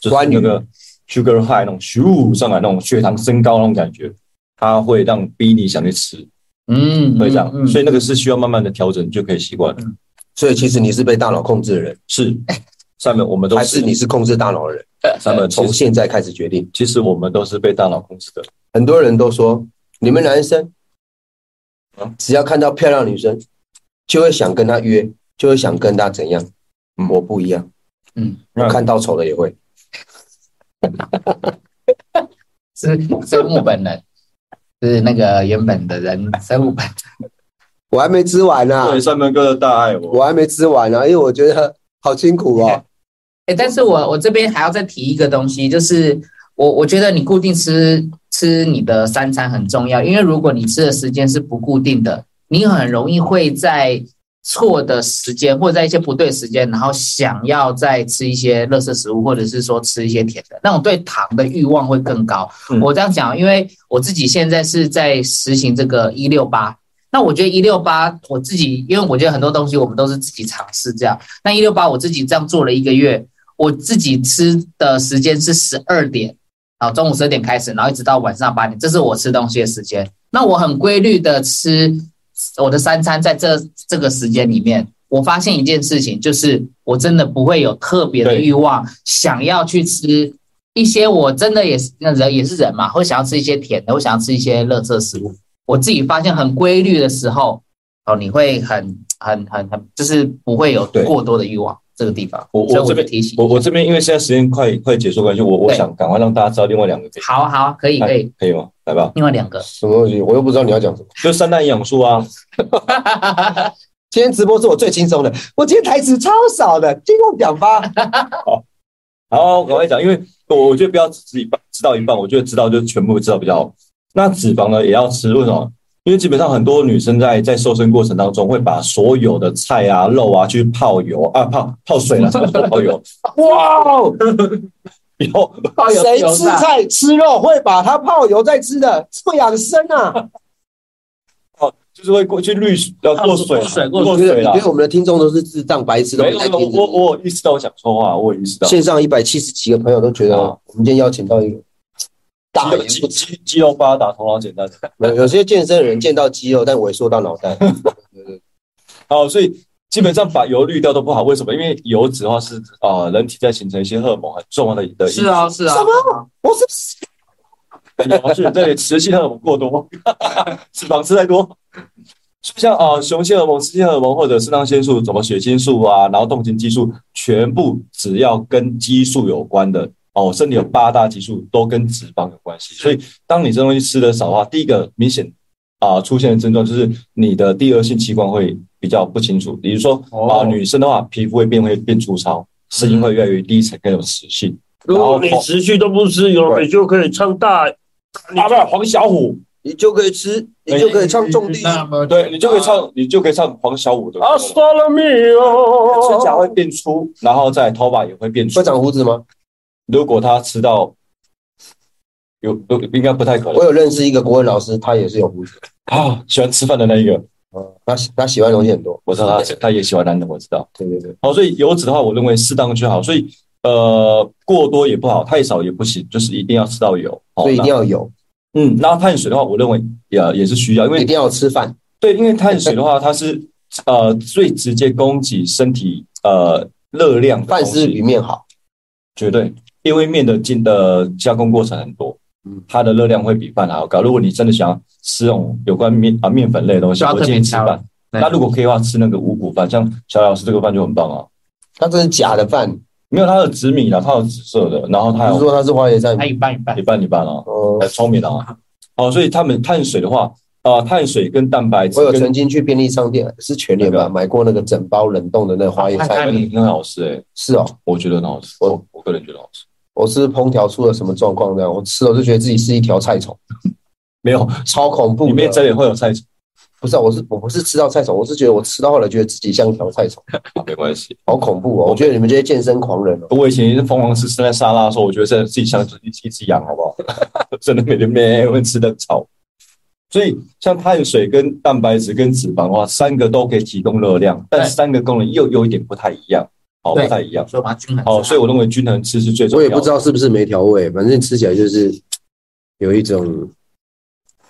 [SPEAKER 4] 就是
[SPEAKER 2] 酸
[SPEAKER 4] 那
[SPEAKER 2] 瘾
[SPEAKER 4] 个 sugar high 那种咻上来那种血糖升高那种感觉，它会让逼你想去吃，
[SPEAKER 3] 嗯，
[SPEAKER 4] 会这样，
[SPEAKER 3] 嗯嗯
[SPEAKER 4] 所以那个是需要慢慢的调整就可以习惯了。
[SPEAKER 2] 所以其实你是被大脑控制的人，
[SPEAKER 4] 是，上面我们都
[SPEAKER 2] 还是你是控制大脑的人？呃
[SPEAKER 4] 上面
[SPEAKER 2] 从现在开始决定。
[SPEAKER 4] 其实我们都是被大脑控制的。
[SPEAKER 2] 很多人都说，你们男生
[SPEAKER 4] 嗯
[SPEAKER 2] 只要看到漂亮女生，就会想跟她约，就会想跟她怎样。
[SPEAKER 4] 嗯
[SPEAKER 2] 我不一样，
[SPEAKER 3] 嗯，
[SPEAKER 2] 我看到丑的也会。
[SPEAKER 3] 是生物本能，是那个原本的人生物本能。
[SPEAKER 2] 我还没吃完呢、
[SPEAKER 4] 对，三门哥的大爱我，
[SPEAKER 2] 我还没吃完呢、因为我觉得好辛苦哦。
[SPEAKER 3] 哎、但是我我这边还要再提一个东西，就是我我觉得你固定吃吃你的三餐很重要，因为如果你吃的时间是不固定的，你很容易会在错的时间或者在一些不对时间，然后想要再吃一些垃圾食物，或者是说吃一些甜的，那种对糖的欲望会更高。
[SPEAKER 4] 嗯
[SPEAKER 3] 我这样讲，因为我自己现在是在实行这个一六八。那我觉得一六八，我自己因为我觉得很多东西我们都是自己尝试这样。那一六八我自己这样做了一个月，我自己吃的时间是十二点，啊，中午十二点开始，然后一直到晚上八点，这是我吃东西的时间。那我很规律的吃我的三餐，在这这个时间里面，我发现一件事情，就是我真的不会有特别的
[SPEAKER 4] 对
[SPEAKER 3] 欲望想要去吃一些我真的也是那人也是人嘛，会想要吃一些甜的，会想要吃一些垃圾食物。我自己发现很规律的时候，哦，你会很很很很，就是不会有
[SPEAKER 4] 对
[SPEAKER 3] 过多的欲望这个地方。
[SPEAKER 4] 我我
[SPEAKER 3] 所以
[SPEAKER 4] 这
[SPEAKER 3] 就
[SPEAKER 4] 边
[SPEAKER 3] 提醒一下，
[SPEAKER 4] 我我这边因为现在时间快快结束关系，我我
[SPEAKER 3] 对
[SPEAKER 4] 想赶快让大家知道另外两个可以
[SPEAKER 3] 好好可以可以，
[SPEAKER 4] 可以吗？来吧，
[SPEAKER 3] 另外两个，
[SPEAKER 2] 什么东西？我又不知道你要讲什么。
[SPEAKER 4] 就三大营养素啊，
[SPEAKER 2] 今天直播是我最轻松的，我今天台词超少的，今天讲吧。
[SPEAKER 4] 好，赶快讲，因为我我觉得不要只一半知道一半，我觉得知道就全部知道比较好。那脂肪呢也要吃，为什么？因为基本上很多女生在在瘦身过程当中，会把所有的菜啊、肉啊去泡油啊、泡泡水啊，什么都泡 油。
[SPEAKER 2] 哇 哦，
[SPEAKER 4] 以后
[SPEAKER 3] 哦有
[SPEAKER 2] 谁
[SPEAKER 3] 有
[SPEAKER 2] 吃
[SPEAKER 3] 是吧
[SPEAKER 2] 菜吃肉会把它泡油再吃的？不养生啊！
[SPEAKER 4] 哦，就是会过去滤呃过水啊、
[SPEAKER 3] 过水过
[SPEAKER 4] 过
[SPEAKER 2] 觉得
[SPEAKER 4] 水
[SPEAKER 2] 你
[SPEAKER 4] 啦。
[SPEAKER 2] 觉得我们的听众都是智障白痴，都
[SPEAKER 4] 没
[SPEAKER 2] 没
[SPEAKER 4] 有，
[SPEAKER 2] 在
[SPEAKER 4] 我
[SPEAKER 2] 听
[SPEAKER 4] 我我有意识到我想说话，我有意识到。
[SPEAKER 2] 线上一百七十几个朋友都觉得，
[SPEAKER 4] 啊
[SPEAKER 2] 我们今天邀请到一个大言
[SPEAKER 4] 肌
[SPEAKER 2] 不
[SPEAKER 4] 肉
[SPEAKER 2] 惭。
[SPEAKER 4] 肌肌肉发达，头脑简单。
[SPEAKER 2] 有有些健身的人见到肌肉，但萎缩到脑 袋。
[SPEAKER 4] 好，哦所以基本上把油滤掉都不好，为什么？因为油脂的话是啊、呃人体在形成一些荷尔蒙很重要的的因素
[SPEAKER 3] 是，啊是啊，
[SPEAKER 2] 什么？我是
[SPEAKER 4] 油是这里雌性荷尔蒙过多， 脂肪吃太多。所以像啊、呃雄性荷尔蒙、雌性荷尔蒙或者肾上腺素，什么血清素啊，然后动情激素，全部只要跟激素有关的哦，身体有八大激素都跟脂肪有关系。所以当你这东西吃的少的话，第一个明显啊、出现的症状就是你的第二性器官会比较不清楚，比如说
[SPEAKER 3] 哦
[SPEAKER 4] 啊、
[SPEAKER 3] 嗯
[SPEAKER 4] 女生的话，皮肤会变会变粗糙，声音会越来越低沉，更有磁性。
[SPEAKER 5] 如果你持续都不吃油，
[SPEAKER 2] 对
[SPEAKER 5] 你就可以唱大，
[SPEAKER 4] 啊，不，黄小虎，
[SPEAKER 2] 你就可以吃，你就可以唱种
[SPEAKER 4] 哎
[SPEAKER 2] 地。
[SPEAKER 3] 那么
[SPEAKER 4] 对你就可以唱，你就可以唱黄小虎的歌。哦
[SPEAKER 5] 阿斯达拉米
[SPEAKER 4] 指甲
[SPEAKER 5] 哦，
[SPEAKER 4] 会变粗，然后再头发也会变粗
[SPEAKER 2] 会。长胡子吗？
[SPEAKER 4] 如果他吃到有有应该不太可能
[SPEAKER 2] 我有认识一个国文老师，他也是有胡子。哦
[SPEAKER 4] 啊，喜欢吃饭的那一个
[SPEAKER 2] 他他喜欢的东西很多，
[SPEAKER 4] 我知道他他也喜欢男的，我知道。
[SPEAKER 2] 对对对，
[SPEAKER 4] 好，所以油脂的话，我认为适当就好。所以呃，过多也不好，太少也不行，就是一定要吃到油。哦
[SPEAKER 2] 所以一定
[SPEAKER 4] 那
[SPEAKER 2] 要有，
[SPEAKER 4] 嗯，那碳水的话，我认为也也是需要，因
[SPEAKER 2] 一
[SPEAKER 4] 为
[SPEAKER 2] 定要吃饭，
[SPEAKER 4] 对，因为碳水的话，它是呃最直接供给身体呃热量的东
[SPEAKER 2] 饭
[SPEAKER 4] 西，
[SPEAKER 2] 是比面好，
[SPEAKER 4] 绝对，因为面的进的加工过程很多，
[SPEAKER 2] 嗯
[SPEAKER 4] 它的热量会比饭还要高。如果你真的想要吃那种有关面啊面粉类的东西，
[SPEAKER 3] 不要
[SPEAKER 4] 我
[SPEAKER 3] 特别
[SPEAKER 4] 建议吃
[SPEAKER 3] 挑
[SPEAKER 4] 饭。
[SPEAKER 3] 对
[SPEAKER 4] 那如果可以的话，吃那个五谷饭，像小老师这个饭就很棒啊。
[SPEAKER 2] 他这是假的饭，
[SPEAKER 4] 没有它有紫米啦，它有紫色的，然后它
[SPEAKER 2] 不是
[SPEAKER 4] 有
[SPEAKER 2] 说他是花椰菜
[SPEAKER 3] 它
[SPEAKER 4] 哎
[SPEAKER 3] 一
[SPEAKER 2] 米，
[SPEAKER 3] 半一半
[SPEAKER 4] 一，半一半啊，
[SPEAKER 2] 哦，
[SPEAKER 4] 很聪明啊。哦，所以他们碳水的话，啊，碳水跟蛋白质
[SPEAKER 2] 我有
[SPEAKER 4] 跟
[SPEAKER 2] 曾经去便利商店，是全联
[SPEAKER 4] 那
[SPEAKER 2] 吧，
[SPEAKER 4] 个
[SPEAKER 2] 买过那个整包冷冻的那个花椰
[SPEAKER 3] 啊
[SPEAKER 2] 菜
[SPEAKER 3] 看
[SPEAKER 2] 米，
[SPEAKER 3] 看
[SPEAKER 4] 很好吃诶、
[SPEAKER 2] 是哦，
[SPEAKER 4] 我觉得很好吃，我我个人觉得好吃。
[SPEAKER 2] 我是烹调出了什么状况这样，我吃了就觉得自己是一条菜虫，
[SPEAKER 4] 没有，
[SPEAKER 2] 超恐怖的。
[SPEAKER 4] 里面真的会有菜籽，
[SPEAKER 2] 不是、啊，我是我不是吃到菜虫，我是觉得我吃到后来觉得自己像一条菜虫，
[SPEAKER 4] 啊没关系。
[SPEAKER 2] 好恐怖哦！我觉得你们这些健身狂人哦，
[SPEAKER 4] 我以前也是疯狂吃生菜沙拉的时候，我觉得真的自己像一只一只羊，好不好？ 真的每天每天吃的草。所以，像碳水、跟蛋白质、跟脂肪的话，三个都可以提供热量，但
[SPEAKER 3] 对
[SPEAKER 4] 三个功能又有一点不太一样，好，不
[SPEAKER 3] 对
[SPEAKER 4] 太一样。
[SPEAKER 3] 所以把它均衡。
[SPEAKER 4] 好，所以我认为均衡吃是最重
[SPEAKER 2] 我
[SPEAKER 4] 要
[SPEAKER 2] 也
[SPEAKER 4] 的。
[SPEAKER 2] 不知道是不是没调味，反正吃起来就是有一种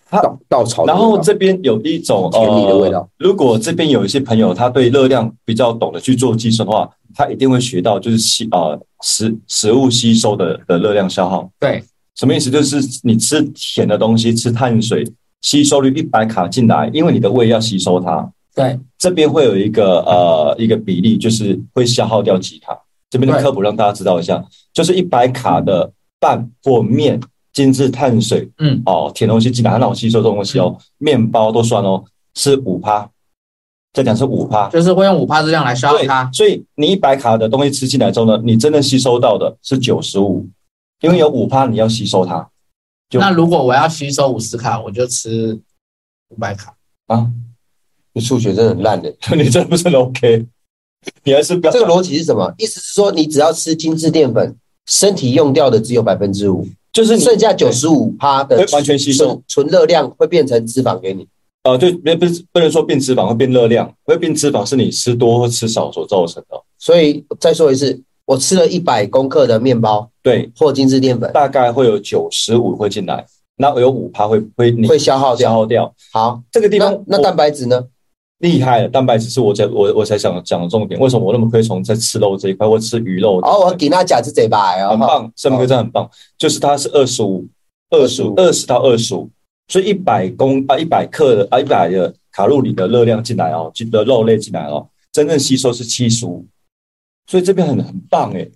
[SPEAKER 4] 它
[SPEAKER 2] 稻稻草的
[SPEAKER 4] 然
[SPEAKER 2] 味道，
[SPEAKER 4] 后这边有一种
[SPEAKER 2] 甜蜜的味道
[SPEAKER 4] 呃，如果这边有一些朋友他对热量比较懂得去做计算的话，他一定会学到就是吸呃食食物吸收的的热量消耗。
[SPEAKER 3] 对，
[SPEAKER 4] 什么意思？就是你吃甜的东西，吃碳水，吸收率一百卡进来，因为你的胃要吸收它。
[SPEAKER 3] 对，
[SPEAKER 4] 这边会有一个呃一个比例，就是会消耗掉几卡。这边的
[SPEAKER 3] 对
[SPEAKER 4] 科普让大家知道一下，就是一百卡的饭或面、精致碳水，
[SPEAKER 3] 嗯，
[SPEAKER 4] 哦，甜东西进来很好吸收这种东西哦，
[SPEAKER 2] 嗯
[SPEAKER 4] 面包都算哦，是五趴，再讲是五趴。
[SPEAKER 3] 就是会用五帕热量来消耗
[SPEAKER 4] 对
[SPEAKER 2] 啊
[SPEAKER 3] 它，。
[SPEAKER 4] 所以你一百卡的东西吃进来之后呢，你真正吸收到的是九十五，因为有五趴你要吸收它 就
[SPEAKER 3] 那如果我要吸收五十卡，我就吃五百卡。
[SPEAKER 4] 啊，
[SPEAKER 2] 你数学真的很烂的。
[SPEAKER 4] 你这不是很 OK，你还是不要
[SPEAKER 2] 这个逻辑是什么？意思是说，你只要吃精致淀粉，身体用掉的只有百分之五，
[SPEAKER 4] 就是你
[SPEAKER 2] 剩下九十五趴的
[SPEAKER 4] 会完全吸收
[SPEAKER 2] 纯热量会变成脂肪给你。
[SPEAKER 4] 呃，对，不不不能说变脂肪会变热量，会变脂肪是你吃多或吃少所造成的。
[SPEAKER 2] 所以再说一次，我吃了一百公克的面包
[SPEAKER 4] 对，
[SPEAKER 2] 或精致淀粉，
[SPEAKER 4] 大概会有九十五会进来，那有五趴会会你
[SPEAKER 2] 会消耗
[SPEAKER 4] 消
[SPEAKER 2] 掉。
[SPEAKER 4] 耗掉。
[SPEAKER 2] 好，
[SPEAKER 4] 这个地
[SPEAKER 2] 那
[SPEAKER 4] 方
[SPEAKER 2] 那
[SPEAKER 4] 我
[SPEAKER 2] 蛋白质呢？
[SPEAKER 4] 厉害了，蛋白质是我才我我才想讲的重点。为什么我那么推崇在吃肉这一块或吃鱼肉？
[SPEAKER 2] 哦，我给大家吃嘴巴哦，
[SPEAKER 4] 很棒，盛哥真的很棒，就是它是二十五、二十
[SPEAKER 2] 25
[SPEAKER 4] 二十到二十五，所以一百公啊一百克的啊一百的卡路里的热量进来哦，进的肉类进来哦，真正吸收是七十五，所以这边很很棒诶。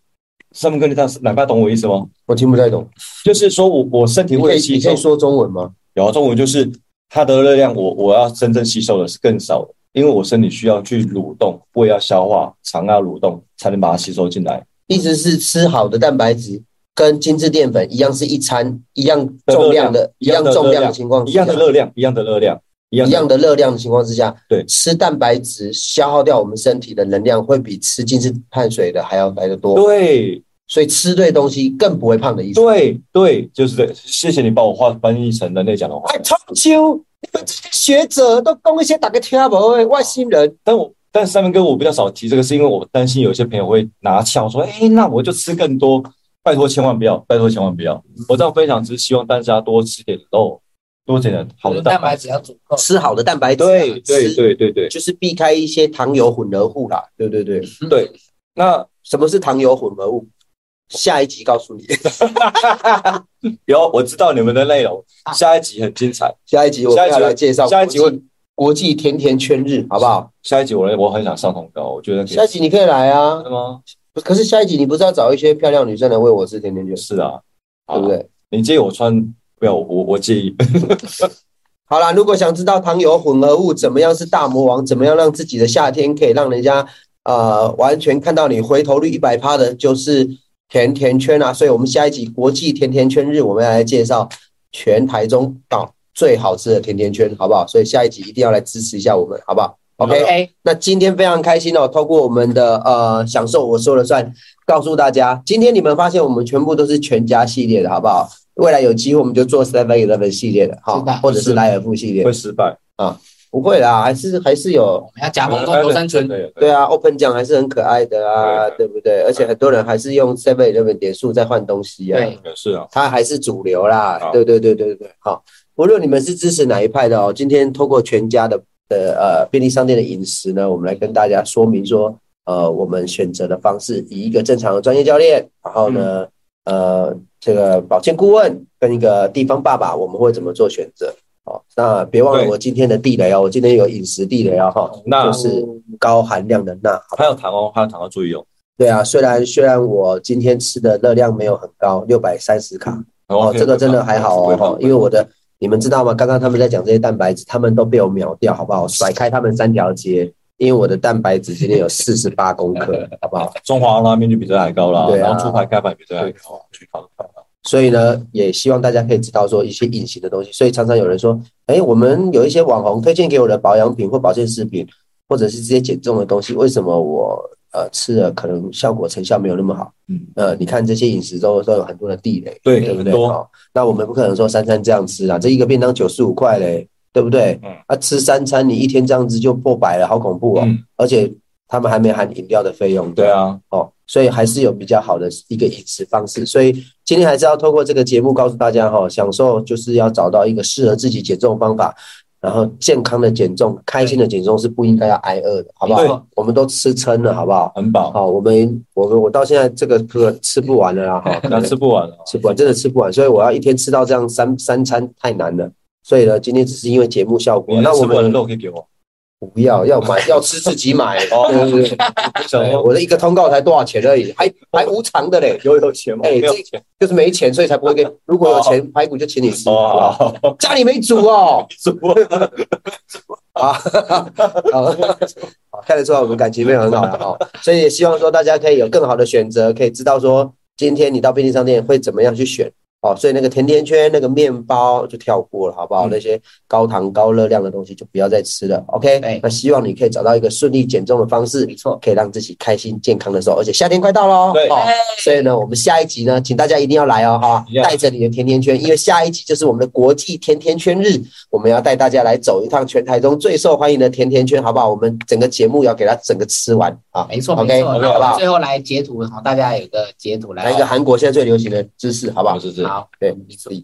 [SPEAKER 4] 上面跟你这样，奶爸懂我意思吗？
[SPEAKER 2] 我听不太懂。
[SPEAKER 4] 就是说我我身体
[SPEAKER 2] 你可
[SPEAKER 4] 会
[SPEAKER 2] 以
[SPEAKER 4] 吸
[SPEAKER 2] 你可
[SPEAKER 4] 收
[SPEAKER 2] 以，说中文吗？
[SPEAKER 4] 然后中文就是它的热量我，我要真正吸收的是更少的，因为我身体需要去蠕动，胃要消化，肠要蠕动，才能把它吸收进来。
[SPEAKER 2] 意思是吃好的蛋白质跟精致淀粉一样是一餐一样重量的，一
[SPEAKER 4] 一样
[SPEAKER 2] 样
[SPEAKER 4] 的
[SPEAKER 2] 重
[SPEAKER 4] 热
[SPEAKER 2] 量的
[SPEAKER 4] 量
[SPEAKER 2] 情况之
[SPEAKER 4] 一
[SPEAKER 2] 下
[SPEAKER 4] 样的热量，一样的热量，一样
[SPEAKER 2] 哦啊一
[SPEAKER 4] 的
[SPEAKER 2] 样的热量的情况之下，
[SPEAKER 4] 对
[SPEAKER 2] 吃蛋白质消耗掉我们身体的能量，会比吃精致碳水的还要来得多。
[SPEAKER 4] 对
[SPEAKER 2] 所以吃对东西更不会胖的意思。
[SPEAKER 4] 对对，就是
[SPEAKER 2] 嗯
[SPEAKER 4] 这。谢谢你帮我化翻译成人类讲的话
[SPEAKER 2] 哎，，超秋，你们这些学者都讲一些大家听不懂的外星人，
[SPEAKER 4] 但我但三文哥我比较少提这个，是因为我担心有些朋友会拿翘说，哎，那我就吃更多，拜托千万不要，拜托千万不要。
[SPEAKER 2] 嗯
[SPEAKER 4] 我这样分享只是希望大家多吃点肉，多吃点好的蛋
[SPEAKER 3] 蛋
[SPEAKER 2] 嗯
[SPEAKER 4] 白
[SPEAKER 3] 白
[SPEAKER 4] 质。
[SPEAKER 3] 质要足够。
[SPEAKER 2] 吃好的蛋白质啊，
[SPEAKER 4] 对对
[SPEAKER 2] 吃，
[SPEAKER 4] 对对对
[SPEAKER 2] 就是避开一些糖油混合物啦。对对对，
[SPEAKER 4] 对，那
[SPEAKER 2] 什么是糖油混合物？下一集告诉你，
[SPEAKER 4] 有我知道你们的内容
[SPEAKER 3] 啊，
[SPEAKER 4] 下一集很精彩。
[SPEAKER 2] 下一集我们要来介绍
[SPEAKER 4] 下一集我
[SPEAKER 2] 国际国际甜甜圈日，好不好？
[SPEAKER 4] 下一集我我很想上通告，我觉得可
[SPEAKER 2] 嗯
[SPEAKER 4] 以
[SPEAKER 2] 下一集你可以来啊
[SPEAKER 4] 真，的吗？
[SPEAKER 2] 不可是下一集你不是要找一些漂亮女生来喂我吃甜甜圈，
[SPEAKER 4] 是啊，
[SPEAKER 2] 对不
[SPEAKER 4] 好？
[SPEAKER 2] 对？
[SPEAKER 4] 你介意我穿？不要，我我介意。
[SPEAKER 2] 好啦，如果想知道糖油混合物怎么样是大魔王，怎么样让自己的夏天可以让人家呃完全看到你回头率一百趴的，就是甜甜圈啊。所以我们下一集国际甜甜圈日，我们要来介绍全台中岛最好吃的甜甜圈，好不好？所以下一集一定要来支持一下我们，好不好？OK，
[SPEAKER 3] OK，
[SPEAKER 2] 那今天非常开心哦，透过我们的呃享受我说了算，告诉大家，今天你们发现我们全部都是全家系列的，好不好？未来有机会我们就做 Seven Eleven 系列的，好
[SPEAKER 3] 是的，
[SPEAKER 2] 或者是莱尔富系列
[SPEAKER 4] 会，失败。
[SPEAKER 2] 不会啦，还是还是有
[SPEAKER 3] 我们要夹缝中求生存。
[SPEAKER 4] 对
[SPEAKER 2] 对啊，Open 奖还是很可爱的啊，对不对？而且很多人还是用 Seven Eleven 点数在换东西啊，
[SPEAKER 3] 对
[SPEAKER 4] 对，是啊，
[SPEAKER 2] 它还是主流啦。
[SPEAKER 4] 好
[SPEAKER 2] 对对对对对，好，无论你们是支持哪一派的哦，今天透过全家的的呃便利商店的饮食呢，我们来跟大家说明说，呃，我们选择的方式，以一个正常的专业教练，然后呢，
[SPEAKER 4] 嗯
[SPEAKER 2] 呃，这个保健顾问跟一个地方爸爸，我们会怎么做选择？哦，那别忘了
[SPEAKER 4] 对啊
[SPEAKER 2] 我今天的地雷哦，我今天有饮食地雷哦，哈，
[SPEAKER 4] 钠
[SPEAKER 2] 就是高含量的钠，好不好
[SPEAKER 4] 还有糖哦，还有糖要注意哦。
[SPEAKER 2] 对啊，虽然虽然我今天吃的热量没有很高，六百三十卡，哦，
[SPEAKER 4] OK，
[SPEAKER 2] 这个真的还好
[SPEAKER 4] 不会
[SPEAKER 2] 哦
[SPEAKER 4] 胖，
[SPEAKER 2] 因为我的你们知道吗？刚刚他们在讲这些蛋白质，他们都被我秒掉，好不好？甩开他们三条街，因为我的蛋白质今天有四十八公 克，好不好？
[SPEAKER 4] 中华拉面就比这还高啦，
[SPEAKER 2] 对啊
[SPEAKER 4] 然后猪排盖饭比这还高，去烤烤烤
[SPEAKER 2] 所以呢，也希望大家可以知道说一些隐形的东西。所以常常有人说，哎，我们有一些网红推荐给我的保养品或保健食品，或者是这些减重的东西，为什么我呃吃了可能效果成效没有那么好？
[SPEAKER 4] 嗯，
[SPEAKER 2] 呃，你看这些饮食都都有很多的地雷，
[SPEAKER 4] 对
[SPEAKER 2] 对不
[SPEAKER 4] 很
[SPEAKER 2] 对？
[SPEAKER 4] 多
[SPEAKER 2] 哦，那我们不可能说三餐这样吃啊，这一个便当九十五块嘞，对不对？
[SPEAKER 4] 嗯，
[SPEAKER 2] 啊，吃三餐你一天这样子就破百了，好恐怖哦！
[SPEAKER 4] 嗯
[SPEAKER 2] 而且他们还没含饮料的费用，
[SPEAKER 4] 对啊，
[SPEAKER 2] 哦，所以还是有比较好的一个饮食方式。所以今天还是要透过这个节目告诉大家哈、哦，享受就是要找到一个适合自己减重的方法，然后健康的减重、开心的减重是不应该要挨饿的，好不
[SPEAKER 4] 对
[SPEAKER 2] 好？我们都吃撑了，好不好？
[SPEAKER 4] 很饱，
[SPEAKER 2] 好，我们我们我到现在这个这个吃不完了啦，哈，可
[SPEAKER 4] 那
[SPEAKER 2] 能
[SPEAKER 4] 吃不完了。
[SPEAKER 2] 吃不完，真的吃不完，所以我要一天吃到这样三三餐太难了。所以呢，今天只是因为节目效
[SPEAKER 4] 你
[SPEAKER 2] 果，那我
[SPEAKER 4] 吃不完的
[SPEAKER 2] 们
[SPEAKER 4] 肉可以给 我，
[SPEAKER 2] 不要要买要吃自己 买，
[SPEAKER 4] 哦
[SPEAKER 2] 对对对。
[SPEAKER 4] 想
[SPEAKER 2] 对
[SPEAKER 4] 说
[SPEAKER 2] 我的一个通告才多少钱而已，还还无偿的嘞，
[SPEAKER 4] 有有钱吗？
[SPEAKER 2] 哎
[SPEAKER 4] 没有
[SPEAKER 2] 这
[SPEAKER 4] 钱
[SPEAKER 2] 就是没钱，所以才不会给。如果有钱，排骨就请你 吃。
[SPEAKER 4] 哦，好好好
[SPEAKER 2] 家里没煮哦，
[SPEAKER 4] 吃不完，
[SPEAKER 2] 啊， 好看得出来我们感情没有很好了哈，所以也希望说大家可以有更好的选择，可以知道说今天你到便利商店会怎么样去选哦。所以那个甜甜圈、那个面包就跳过了，好不好？
[SPEAKER 4] 嗯
[SPEAKER 2] 那些高糖高热量的东西就不要再吃了。OK，
[SPEAKER 3] 对
[SPEAKER 2] 那希望你可以找到一个顺利减重的方式
[SPEAKER 3] 没，错，
[SPEAKER 2] 可以让自己开心健康的时候，而且夏天快到喽，
[SPEAKER 4] 对
[SPEAKER 2] 哦
[SPEAKER 3] 哎
[SPEAKER 2] 所以呢，我们下一集呢，请大家一定要来哦，哈
[SPEAKER 4] 一定，要来
[SPEAKER 2] 带着你的甜甜圈，因为下一集就是我们的国际甜甜圈日，我们要带大家来走一趟全台中最受欢迎的甜甜圈，好不好？我们整个节目要给它整个吃完啊，
[SPEAKER 3] 没错，没
[SPEAKER 2] OK，
[SPEAKER 3] 错。
[SPEAKER 2] 好
[SPEAKER 3] 那
[SPEAKER 2] 不
[SPEAKER 3] 我们
[SPEAKER 2] 好？
[SPEAKER 3] 最后来截图，好，大家有个截图来
[SPEAKER 2] 来一个韩国现在最流行的姿势，好不好？
[SPEAKER 4] 是是
[SPEAKER 3] 好，
[SPEAKER 2] 对
[SPEAKER 3] 没错
[SPEAKER 2] 是